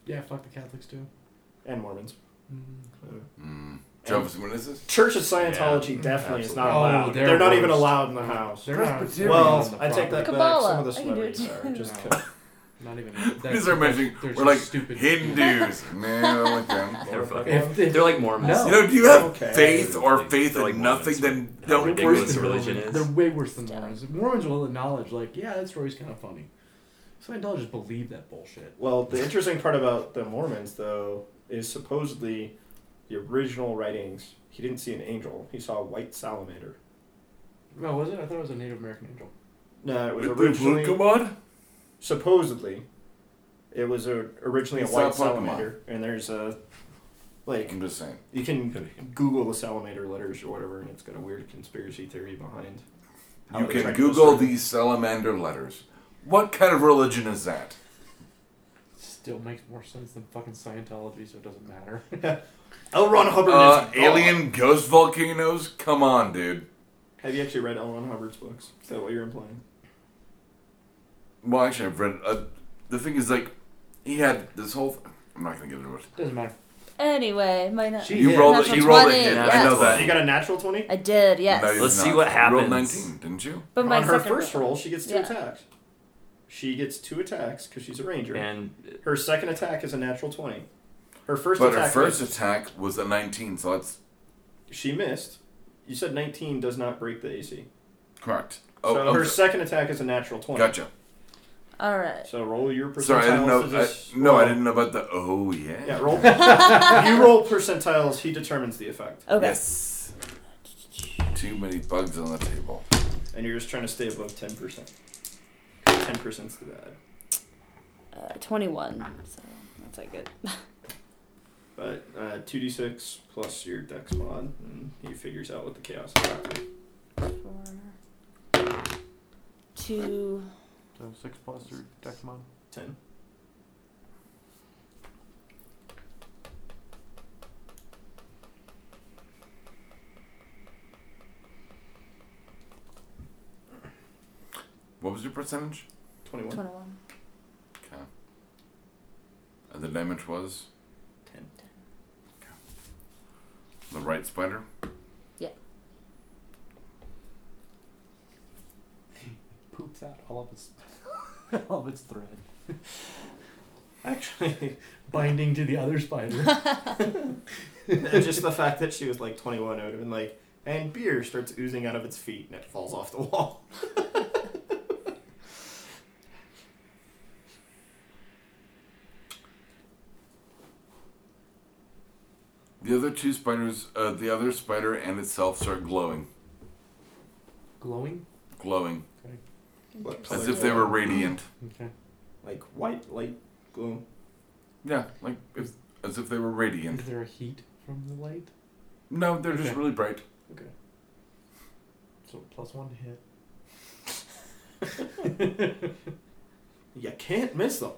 [SPEAKER 4] Yeah, fuck the Catholics, too.
[SPEAKER 3] and Mormons,
[SPEAKER 2] Mm. Jehovah's Witnesses.
[SPEAKER 3] Church of Scientology
[SPEAKER 6] Yeah,
[SPEAKER 3] definitely is not
[SPEAKER 4] absolutely. Oh,
[SPEAKER 3] allowed.
[SPEAKER 4] they're
[SPEAKER 3] they're not even
[SPEAKER 4] worse.
[SPEAKER 3] allowed in the house.
[SPEAKER 4] They're not-
[SPEAKER 2] Presbyterians.
[SPEAKER 4] on
[SPEAKER 3] Oh, Well,
[SPEAKER 4] the
[SPEAKER 3] I take that
[SPEAKER 4] property.
[SPEAKER 3] back. Some
[SPEAKER 5] Kabbalah.
[SPEAKER 3] of the
[SPEAKER 5] I can do it.
[SPEAKER 3] celebrities are just
[SPEAKER 4] No. Not even.
[SPEAKER 2] We
[SPEAKER 4] that's-
[SPEAKER 2] start mentioning
[SPEAKER 4] they're
[SPEAKER 2] we're
[SPEAKER 4] just
[SPEAKER 2] like
[SPEAKER 4] stupid.
[SPEAKER 2] Hindus. Man, I don't like them.
[SPEAKER 6] They're fucking.
[SPEAKER 4] If they-
[SPEAKER 6] They're like Mormons.
[SPEAKER 4] No.
[SPEAKER 2] You know, do you have
[SPEAKER 3] Okay.
[SPEAKER 2] faith or
[SPEAKER 6] Like-
[SPEAKER 2] faith
[SPEAKER 6] they're like
[SPEAKER 2] in nothing?
[SPEAKER 6] Mormons.
[SPEAKER 2] Then
[SPEAKER 6] How
[SPEAKER 2] don't
[SPEAKER 4] They're worse
[SPEAKER 6] ridiculous
[SPEAKER 4] than
[SPEAKER 6] religion
[SPEAKER 4] Mormons.
[SPEAKER 6] is.
[SPEAKER 4] They're way worse than
[SPEAKER 5] Stop.
[SPEAKER 4] Mormons. Mormons will acknowledge, like, yeah, that story's kind of funny. Scientologists believe that bullshit.
[SPEAKER 3] Well, the interesting part about the Mormons, though, is supposedly the original writings. He didn't see an angel. He saw a white salamander.
[SPEAKER 4] No, was it? I thought it was a Native American angel.
[SPEAKER 3] No, it was
[SPEAKER 2] Blue, come
[SPEAKER 3] originally
[SPEAKER 2] on.
[SPEAKER 3] supposedly. It was a, originally a
[SPEAKER 2] It's
[SPEAKER 3] white
[SPEAKER 2] not Pokemon.
[SPEAKER 3] salamander, and there's a like
[SPEAKER 2] I'm just saying.
[SPEAKER 3] you can Google the salamander letters or whatever, and it's got a weird conspiracy theory behind. how
[SPEAKER 2] You
[SPEAKER 3] they
[SPEAKER 2] can
[SPEAKER 3] tried to
[SPEAKER 2] Google
[SPEAKER 3] destroy it.
[SPEAKER 2] these salamander letters. What kind of religion is that?
[SPEAKER 4] Still makes more sense than fucking Scientology, so it doesn't matter.
[SPEAKER 3] L. Ron Hubbard.
[SPEAKER 2] Uh,
[SPEAKER 3] is God.
[SPEAKER 2] alien ghost volcanoes? Come on, dude.
[SPEAKER 3] Have you actually read L. Ron Hubbard's books? Is that what you're implying?
[SPEAKER 2] Well, actually, I've read. Uh, the thing is, like, he had this whole. I'm not gonna get into it.
[SPEAKER 4] Doesn't matter.
[SPEAKER 5] Anyway, my not.
[SPEAKER 15] She
[SPEAKER 2] You
[SPEAKER 15] hit.
[SPEAKER 2] rolled.
[SPEAKER 5] That's
[SPEAKER 2] it. You
[SPEAKER 5] a
[SPEAKER 2] rolled a
[SPEAKER 5] 20,
[SPEAKER 2] hit. I
[SPEAKER 5] yes.
[SPEAKER 2] know
[SPEAKER 3] You
[SPEAKER 2] that.
[SPEAKER 3] Uh, got a natural 20?
[SPEAKER 5] I did,
[SPEAKER 2] No, you
[SPEAKER 5] yes.
[SPEAKER 6] Let's
[SPEAKER 2] did
[SPEAKER 6] see
[SPEAKER 2] not.
[SPEAKER 6] what
[SPEAKER 2] You rolled
[SPEAKER 6] happens.
[SPEAKER 2] nineteen, didn't you?
[SPEAKER 5] But my
[SPEAKER 3] On her
[SPEAKER 5] second
[SPEAKER 3] first roll, she gets two
[SPEAKER 5] Yeah.
[SPEAKER 3] attacks. She gets two attacks because she's a ranger.
[SPEAKER 6] And
[SPEAKER 3] her second attack is a natural 20. Her first
[SPEAKER 2] But her
[SPEAKER 3] attack
[SPEAKER 2] first
[SPEAKER 3] missed.
[SPEAKER 2] attack was a nineteen, so that's
[SPEAKER 3] she missed. You said 19 does not break the AC.
[SPEAKER 2] correct.
[SPEAKER 3] So
[SPEAKER 2] Oh,
[SPEAKER 3] her
[SPEAKER 2] okay.
[SPEAKER 3] second attack is a natural 20.
[SPEAKER 2] gotcha.
[SPEAKER 5] All right.
[SPEAKER 3] So roll your percentiles.
[SPEAKER 2] Sorry, I didn't
[SPEAKER 3] to
[SPEAKER 2] know. I,
[SPEAKER 3] this
[SPEAKER 2] no, I
[SPEAKER 3] roll.
[SPEAKER 2] didn't know about the. Oh yeah.
[SPEAKER 3] Yeah, roll. you roll percentiles, he determines the effect.
[SPEAKER 5] Okay.
[SPEAKER 2] Yes. Too many bugs on the table.
[SPEAKER 3] And you're just trying to stay above 10%. 10% is the bad.
[SPEAKER 5] Uh, 21. So that's not good.
[SPEAKER 3] But uh, 2d6 plus your dex mod, and he figures out what the chaos is. after.
[SPEAKER 5] Four. Two.
[SPEAKER 4] So six plus or dex mod.
[SPEAKER 3] 10.
[SPEAKER 2] What was your percentage?
[SPEAKER 3] 21.
[SPEAKER 5] 21.
[SPEAKER 2] Okay. And the damage was
[SPEAKER 3] 10.
[SPEAKER 2] the right spider.
[SPEAKER 4] Poops out all of its all of its thread.
[SPEAKER 3] Actually,
[SPEAKER 15] binding to the other spider.
[SPEAKER 3] just the fact that she was like 21, it would have been like, and beer starts oozing out of its feet and it falls off the wall.
[SPEAKER 2] The other two spiders, uh, the other spider and itself start glowing,
[SPEAKER 15] Glowing?
[SPEAKER 2] glowing
[SPEAKER 3] What
[SPEAKER 2] as
[SPEAKER 3] color
[SPEAKER 2] if they were radiant.
[SPEAKER 15] Okay.
[SPEAKER 3] Like white light glow.
[SPEAKER 2] Yeah, like if, as if they were radiant.
[SPEAKER 15] Is there a heat from the light?
[SPEAKER 2] No, they're just
[SPEAKER 15] Okay.
[SPEAKER 2] really bright.
[SPEAKER 15] Okay. So plus one to hit.
[SPEAKER 3] You can't miss them.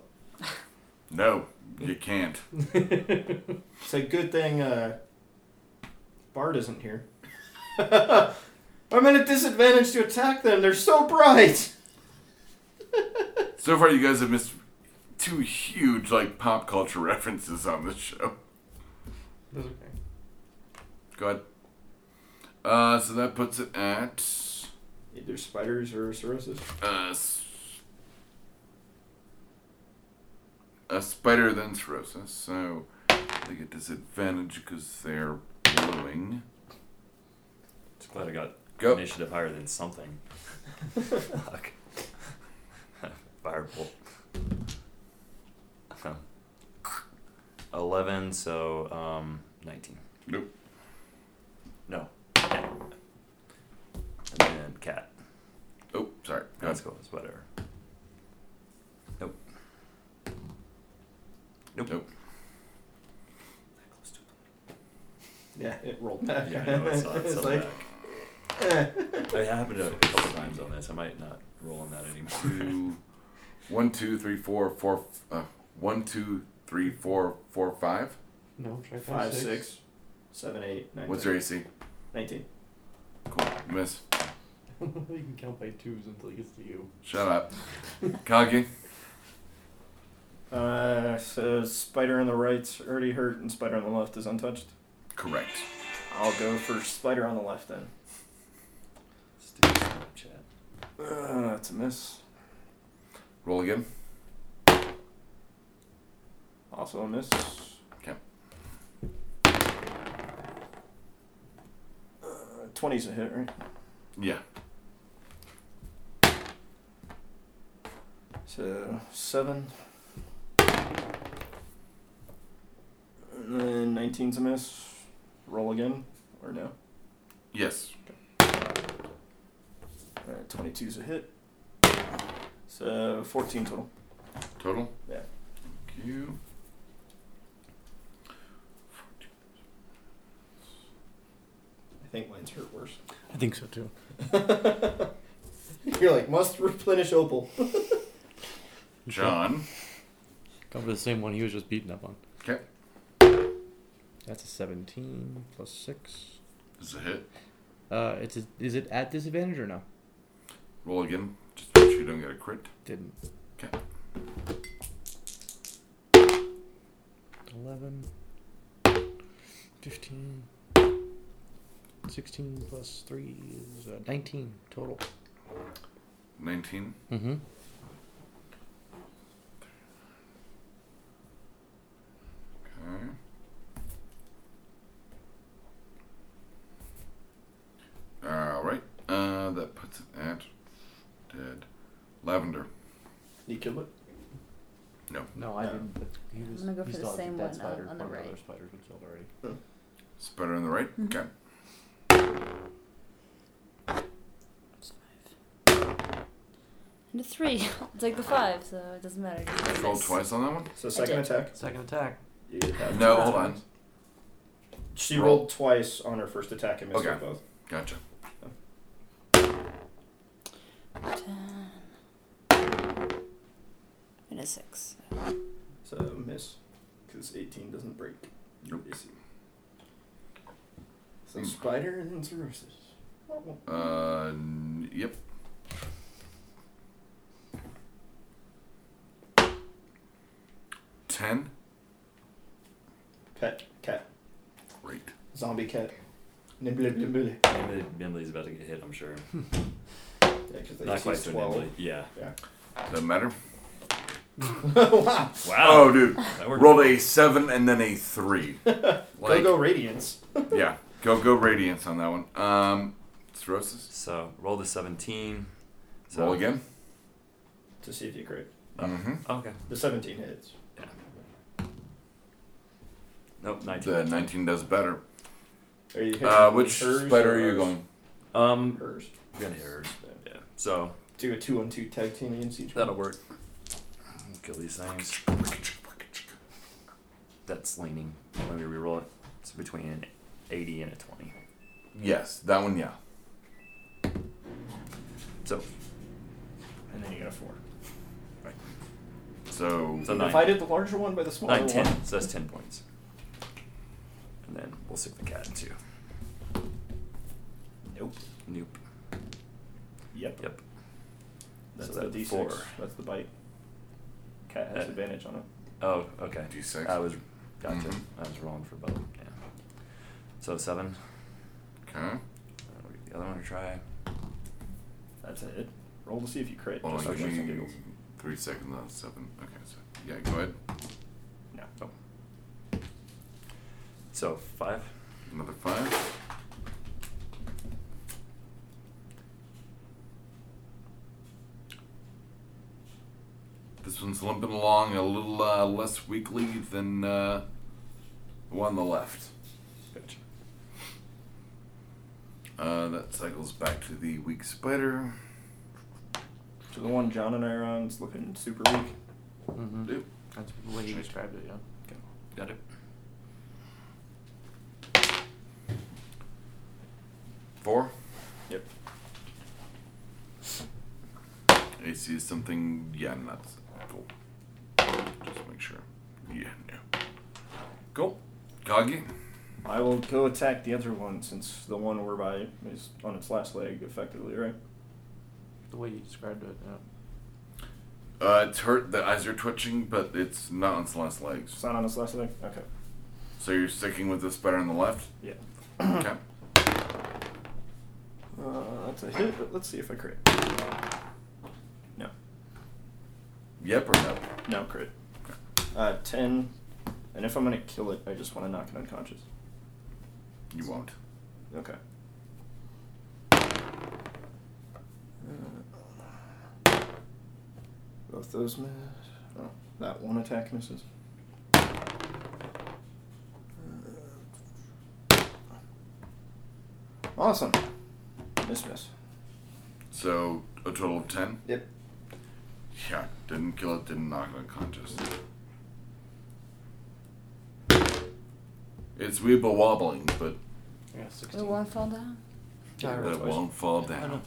[SPEAKER 2] No, you can't.
[SPEAKER 3] It's a good thing uh, Bard isn't here. I'm at a disadvantage to attack them. They're so bright.
[SPEAKER 2] So far, you guys have missed two huge like pop culture references on this show.
[SPEAKER 15] That's okay.
[SPEAKER 2] Go ahead. Uh, so that puts it at
[SPEAKER 3] Either spiders or cirrhosis.
[SPEAKER 2] uh, s- a spider then cirrhosis. So they get disadvantage because they're glowing.
[SPEAKER 6] it's glad I got
[SPEAKER 2] Go.
[SPEAKER 6] initiative higher than something. Fuck. Firebolt. Um, Eleven, so um, nineteen.
[SPEAKER 2] Nope.
[SPEAKER 6] No. Yeah. And then cat.
[SPEAKER 2] Oh, sorry. Go
[SPEAKER 6] That's
[SPEAKER 2] ahead.
[SPEAKER 6] cool. It's whatever. Nope.
[SPEAKER 2] Nope.
[SPEAKER 6] That close to it.
[SPEAKER 3] Yeah, it rolled back.
[SPEAKER 6] Yeah, I know it's not. It's,
[SPEAKER 3] It's
[SPEAKER 6] not
[SPEAKER 3] like,
[SPEAKER 6] back. It happened a couple times on this. I might not roll on that anymore.
[SPEAKER 2] two, one, two, three, four, four, uh, one, two, three, four, four, five.
[SPEAKER 15] No, try
[SPEAKER 3] five, six, seven, eight, nine,
[SPEAKER 2] What's
[SPEAKER 3] ten.
[SPEAKER 2] your AC?
[SPEAKER 3] 19.
[SPEAKER 2] Cool. Miss.
[SPEAKER 15] you can count by twos until it gets to you.
[SPEAKER 2] Shut up. Kagi.
[SPEAKER 3] Uh, so spider on the right's already hurt and spider on the left is untouched.
[SPEAKER 2] Correct.
[SPEAKER 3] I'll go for spider on the left then.
[SPEAKER 6] Stupid Snapchat.
[SPEAKER 3] Uh, that's a miss.
[SPEAKER 2] Roll again.
[SPEAKER 3] Also a miss.
[SPEAKER 2] Okay.
[SPEAKER 3] Uh, 20's a hit, right?
[SPEAKER 2] Yeah.
[SPEAKER 3] So, 7. And then 19's a miss. Roll again, or no?
[SPEAKER 2] Yes.
[SPEAKER 3] Uh, 22's a hit. So, 14 total.
[SPEAKER 2] Total?
[SPEAKER 3] Yeah.
[SPEAKER 2] Thank you.
[SPEAKER 3] I think mine's hurt worse.
[SPEAKER 4] I think so too.
[SPEAKER 3] You're like, must replenish opal.
[SPEAKER 2] John.
[SPEAKER 4] Go for the same one he was just beaten up on.
[SPEAKER 2] Okay.
[SPEAKER 4] That's a seventeen plus six.
[SPEAKER 2] This is a hit.
[SPEAKER 4] Uh, it's a, is it at disadvantage or no?
[SPEAKER 2] Roll again. Just make sure you don't get a crit.
[SPEAKER 4] Didn't.
[SPEAKER 2] Okay.
[SPEAKER 4] Eleven 15, 16 plus 3 is uh, 19 total.
[SPEAKER 2] 19.
[SPEAKER 4] Mm-hmm.
[SPEAKER 2] Okay. Alright. Uh, that puts it at dead. Lavender.
[SPEAKER 3] You kill it.
[SPEAKER 4] No, I
[SPEAKER 3] No.
[SPEAKER 4] didn't. But he was,
[SPEAKER 5] gonna go
[SPEAKER 4] he's
[SPEAKER 5] for the
[SPEAKER 4] dodging
[SPEAKER 5] same
[SPEAKER 4] that
[SPEAKER 5] one uh, on-
[SPEAKER 4] spider.
[SPEAKER 5] on the
[SPEAKER 4] One of
[SPEAKER 5] right.
[SPEAKER 4] other spiders was killed already.
[SPEAKER 2] Spider on the right? Okay.
[SPEAKER 5] And a three. I'll take the five, so it doesn't matter.
[SPEAKER 2] Roll twice on that one?
[SPEAKER 3] So second
[SPEAKER 5] did.
[SPEAKER 3] attack.
[SPEAKER 4] Second attack.
[SPEAKER 3] You get that.
[SPEAKER 2] No, hold on.
[SPEAKER 3] She rolled twice on her first attack and missed
[SPEAKER 2] Okay.
[SPEAKER 3] them both.
[SPEAKER 2] Gotcha.
[SPEAKER 5] Ten. And a six.
[SPEAKER 3] So miss, because 18 doesn't break.
[SPEAKER 2] Nope. Hmm.
[SPEAKER 3] AC. So spider and cirrhosis.
[SPEAKER 2] Uh, n- yep. Ten.
[SPEAKER 3] Pet cat
[SPEAKER 2] Great.
[SPEAKER 3] zombie cat. Nibble
[SPEAKER 2] Hmm.
[SPEAKER 3] nibble. Yeah,
[SPEAKER 6] Nimbly, Nimbly's about to get hit, I'm sure.
[SPEAKER 3] 'cause the
[SPEAKER 6] Not
[SPEAKER 3] AC
[SPEAKER 6] quite
[SPEAKER 3] is
[SPEAKER 6] so
[SPEAKER 3] 12.
[SPEAKER 6] nimbly. Yeah.
[SPEAKER 2] Doesn't matter. Oh,
[SPEAKER 3] wow.
[SPEAKER 6] Oh, Wow.
[SPEAKER 2] dude.
[SPEAKER 6] that worked.
[SPEAKER 2] Rolled a seven and then a three.
[SPEAKER 3] Go
[SPEAKER 2] Like,
[SPEAKER 3] go radiance.
[SPEAKER 2] yeah. Go go radiance on that one. Um, cirrhosis.
[SPEAKER 6] So roll the 17. So, uh,
[SPEAKER 2] Roll again.
[SPEAKER 3] To see if you crit.
[SPEAKER 2] Mm-hmm.
[SPEAKER 6] Oh, Okay.
[SPEAKER 3] The 17 hits.
[SPEAKER 6] Nope, 19.
[SPEAKER 2] The nineteen does better.
[SPEAKER 3] Are you hitting
[SPEAKER 2] Uh, which
[SPEAKER 3] hers
[SPEAKER 2] spider
[SPEAKER 3] or
[SPEAKER 2] are you
[SPEAKER 3] ours?
[SPEAKER 2] going?
[SPEAKER 6] Um,
[SPEAKER 3] Hers.
[SPEAKER 6] we're gonna hit hers. Yeah. So
[SPEAKER 3] Do a two on two tag team against each
[SPEAKER 6] that'll work. Kill these things. That's leaning. Let me reroll it. It's between an 80 and a 20.
[SPEAKER 2] Yes, that one. Yeah.
[SPEAKER 6] So
[SPEAKER 3] And then you got a four.
[SPEAKER 2] So
[SPEAKER 6] So-
[SPEAKER 3] You
[SPEAKER 6] nine.
[SPEAKER 3] divided the larger one by the
[SPEAKER 2] Oh,
[SPEAKER 3] smaller
[SPEAKER 6] nine,
[SPEAKER 3] one.
[SPEAKER 6] 10. So that's 10 points. And then we'll stick the cat in two. Nope. Nope.
[SPEAKER 3] Yep.
[SPEAKER 6] Yep.
[SPEAKER 3] That's
[SPEAKER 6] So
[SPEAKER 3] the
[SPEAKER 6] that's
[SPEAKER 3] D6.
[SPEAKER 6] four.
[SPEAKER 3] That's the bite. Cat has
[SPEAKER 6] Uh,
[SPEAKER 3] advantage on it.
[SPEAKER 6] Oh, okay.
[SPEAKER 2] D6.
[SPEAKER 6] I was gotcha.
[SPEAKER 2] Mhm.
[SPEAKER 6] I was rolling for both. Yeah. So seven.
[SPEAKER 2] okay.
[SPEAKER 6] Uh, we'll give the other one a try.
[SPEAKER 3] That's it. Roll to see if you crit.
[SPEAKER 2] Hold
[SPEAKER 3] just
[SPEAKER 2] on,
[SPEAKER 3] for shits
[SPEAKER 2] give
[SPEAKER 3] and
[SPEAKER 2] me
[SPEAKER 3] giggles.
[SPEAKER 2] three seconds left. Seven. Okay. So yeah, go ahead.
[SPEAKER 3] No.
[SPEAKER 6] Oh. So five.
[SPEAKER 2] Another five. This one's limping along a little uh, less weakly than uh, the one on the left.
[SPEAKER 6] Gotcha.
[SPEAKER 2] Uh, that cycles back to the weak spider.
[SPEAKER 3] So the one John and I are on is looking super weak.
[SPEAKER 4] Mm-hmm.
[SPEAKER 2] Yep.
[SPEAKER 4] That's the way you described it, yeah.
[SPEAKER 6] Got it.
[SPEAKER 2] Four.
[SPEAKER 3] Yep.
[SPEAKER 2] AC is something. Yeah, no, that's cool. Just make sure. Yeah, no. Cool. Coggy.
[SPEAKER 3] I will go attack the other one since the one we're by is on its last leg, effectively, right?
[SPEAKER 4] The way you described it, yeah.
[SPEAKER 2] Uh, it's hurt. The eyes are twitching, but it's not on its last
[SPEAKER 3] It's
[SPEAKER 2] legs.
[SPEAKER 3] not on its last leg? Okay.
[SPEAKER 2] So you're sticking with the spider on the left.
[SPEAKER 3] Yeah.
[SPEAKER 2] Okay.
[SPEAKER 3] Uh, that's a hit, but let's see if I crit. No.
[SPEAKER 2] Yep or no?
[SPEAKER 3] No crit. Uh, 10. And if I'm going to kill it, I just want to knock it unconscious.
[SPEAKER 2] You won't.
[SPEAKER 3] Okay. Uh, Both those miss. Oh, that one attack misses. Uh, Awesome. Miss, miss.
[SPEAKER 2] So a total of ten.
[SPEAKER 3] Yep.
[SPEAKER 2] Yeah. Didn't kill it. Didn't knock it unconscious. It's weeble wobbling, but
[SPEAKER 4] Yeah,
[SPEAKER 5] It
[SPEAKER 4] 16.
[SPEAKER 5] won't fall down.
[SPEAKER 4] I rolled
[SPEAKER 2] that
[SPEAKER 4] twice.
[SPEAKER 2] won't fall
[SPEAKER 4] I know.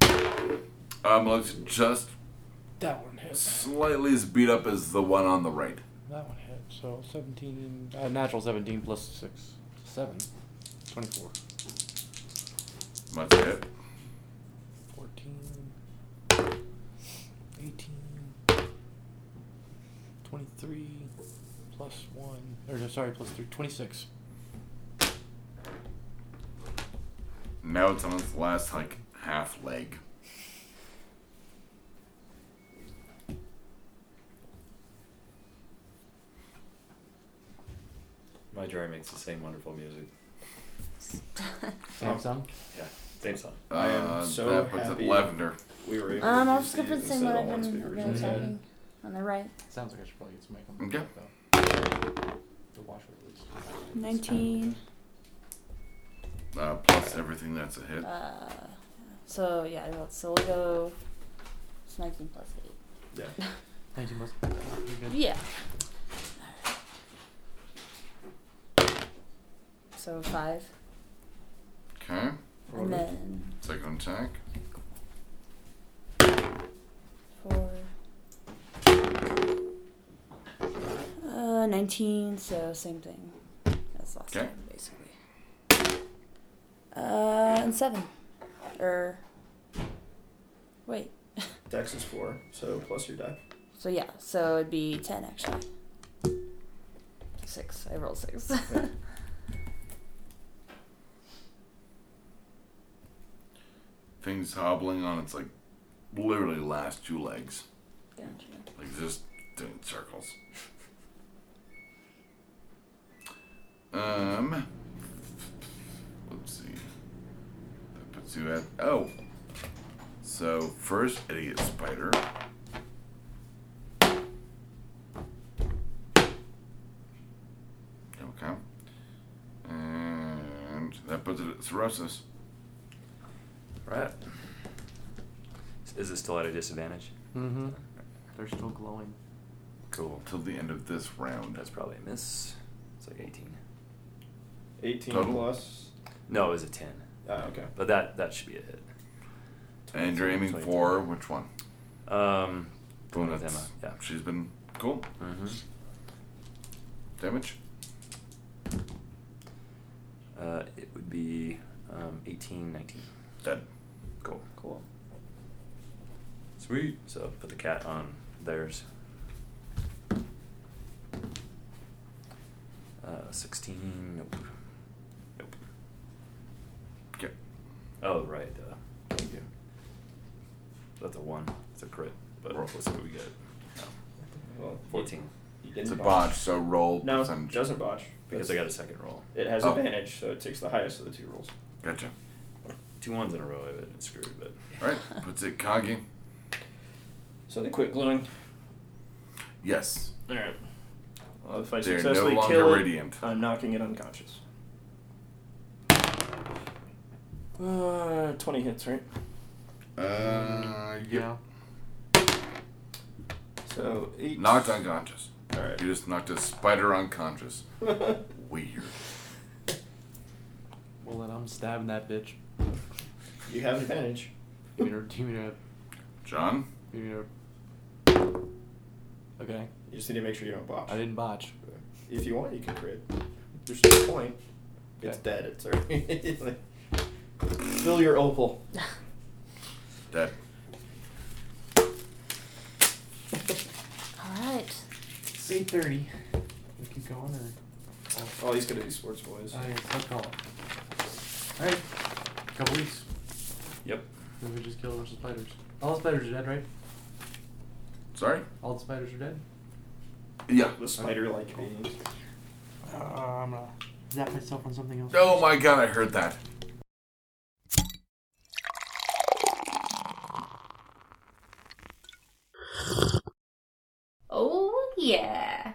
[SPEAKER 2] down. Um, looks just
[SPEAKER 4] That one hit.
[SPEAKER 2] slightly as beat up as the one on the right.
[SPEAKER 4] That one hit. So 17, uh, natural 17 plus 6, 7, 24,
[SPEAKER 2] Much hit.
[SPEAKER 4] 14, 18, 23,
[SPEAKER 16] plus one, or no, sorry, plus three, 26.
[SPEAKER 2] Now it's on its last like half leg.
[SPEAKER 6] My dryer makes the same wonderful music.
[SPEAKER 4] Same song?
[SPEAKER 6] Yeah, same song.
[SPEAKER 3] I am
[SPEAKER 2] Uh,
[SPEAKER 3] so
[SPEAKER 2] that puts
[SPEAKER 3] happy.
[SPEAKER 2] it lavender.
[SPEAKER 3] We were able
[SPEAKER 5] Um,
[SPEAKER 3] to
[SPEAKER 5] I'll
[SPEAKER 3] use
[SPEAKER 5] just go for the
[SPEAKER 3] these
[SPEAKER 5] same
[SPEAKER 3] instead of
[SPEAKER 5] one I've
[SPEAKER 3] ones we
[SPEAKER 5] been really
[SPEAKER 3] originally had.
[SPEAKER 5] talking. On the right.
[SPEAKER 4] Sounds like I should probably get some makeup.
[SPEAKER 2] Okay.
[SPEAKER 4] Though. The washer at least.
[SPEAKER 5] 19.
[SPEAKER 2] Uh, plus everything that's a hit.
[SPEAKER 5] Uh, so, yeah, well, so we'll go. It's 19 plus
[SPEAKER 4] 19 plus.
[SPEAKER 5] 8. Yeah. So, 5.
[SPEAKER 2] Okay.
[SPEAKER 5] And then
[SPEAKER 2] Second attack.
[SPEAKER 5] 4. Uh, 19, so same thing as last
[SPEAKER 2] Okay.
[SPEAKER 5] time, basically. Uh, and 7. Or. Wait.
[SPEAKER 3] Dex is four, so plus your die.
[SPEAKER 5] So yeah, so it'd be ten actually. Six. I rolled six.
[SPEAKER 2] Thing's hobbling on its like literally last two legs.
[SPEAKER 5] Gotcha.
[SPEAKER 2] Like just doing circles. Um let's see. That puts you at oh. So first idiot spider. Okay. And that puts it at cirrhosis.
[SPEAKER 6] Right. Is it still at a disadvantage?
[SPEAKER 16] Mm-hmm. They're still glowing.
[SPEAKER 6] Cool.
[SPEAKER 2] Till the end of this round.
[SPEAKER 6] That's probably a miss. It's like 18.
[SPEAKER 3] 18
[SPEAKER 2] Total.
[SPEAKER 3] plus.
[SPEAKER 6] No, it was a 10.
[SPEAKER 3] Ah, okay.
[SPEAKER 6] But that that should be a hit.
[SPEAKER 2] And you're aiming for which one?
[SPEAKER 6] Um, the one
[SPEAKER 2] Boom,
[SPEAKER 6] with Emma.
[SPEAKER 2] that's-
[SPEAKER 6] Yeah.
[SPEAKER 2] She's been cool.
[SPEAKER 6] Mm-hmm.
[SPEAKER 2] Damage.
[SPEAKER 6] Uh, it would be um, 18, 19.
[SPEAKER 2] Dead.
[SPEAKER 6] Cool.
[SPEAKER 3] Cool.
[SPEAKER 6] Sweet. So put the cat on theirs. Uh, 16. Nope. Nope.
[SPEAKER 2] Okay.
[SPEAKER 6] Oh, right. Uh, thank you. That's a 1. It's a crit. But
[SPEAKER 2] Roll.
[SPEAKER 6] let's see what we get. No.
[SPEAKER 3] Well,
[SPEAKER 6] 14.
[SPEAKER 3] You didn't
[SPEAKER 2] It's a
[SPEAKER 3] botch.
[SPEAKER 2] botch, so roll
[SPEAKER 3] No, it
[SPEAKER 2] percentage.
[SPEAKER 3] doesn't botch.
[SPEAKER 6] Because I
[SPEAKER 3] That's-
[SPEAKER 6] got a second roll.
[SPEAKER 3] It has
[SPEAKER 2] Oh.
[SPEAKER 3] advantage, so it takes the highest of the two rolls.
[SPEAKER 2] Gotcha.
[SPEAKER 6] Two ones in a row, I would have screwed, but.
[SPEAKER 2] Alright, puts it Kagi.
[SPEAKER 3] So they quit glowing.
[SPEAKER 2] Yes.
[SPEAKER 3] Alright. Well, if I
[SPEAKER 2] They're no
[SPEAKER 3] successfully
[SPEAKER 2] longer
[SPEAKER 3] kill it,
[SPEAKER 2] radiant.
[SPEAKER 3] I'm knocking it unconscious. Uh, 20 hits, right?
[SPEAKER 2] Uh, yeah.
[SPEAKER 4] Yeah.
[SPEAKER 3] So, 8.
[SPEAKER 2] Knocked unconscious.
[SPEAKER 3] Alright.
[SPEAKER 2] You just knocked a spider unconscious. Weird.
[SPEAKER 4] Well, then I'm stabbing that bitch.
[SPEAKER 3] You have advantage.
[SPEAKER 4] Give me her. Give me her.
[SPEAKER 2] John?
[SPEAKER 4] Give me her. Okay.
[SPEAKER 3] You just need to make sure you don't botch.
[SPEAKER 4] I didn't botch.
[SPEAKER 3] If you want, you can crit. There's no point. It's
[SPEAKER 4] Okay.
[SPEAKER 3] dead. It's already. like, fill your opal.
[SPEAKER 2] Dead.
[SPEAKER 5] All right.
[SPEAKER 4] It's 8.30. We keep going, or...
[SPEAKER 3] Oh, he's gonna do sports boys.
[SPEAKER 4] Oh, yeah, it's call. Alright. Couple weeks.
[SPEAKER 6] Yep.
[SPEAKER 4] Maybe we just kill a bunch of spiders. All the spiders are dead, right?
[SPEAKER 2] Sorry?
[SPEAKER 4] All the spiders are dead?
[SPEAKER 2] Yeah.
[SPEAKER 3] The spider-like beings.
[SPEAKER 4] Uh, I'm gonna zap myself on something else.
[SPEAKER 2] Oh my god, I heard that.
[SPEAKER 17] Oh, yeah.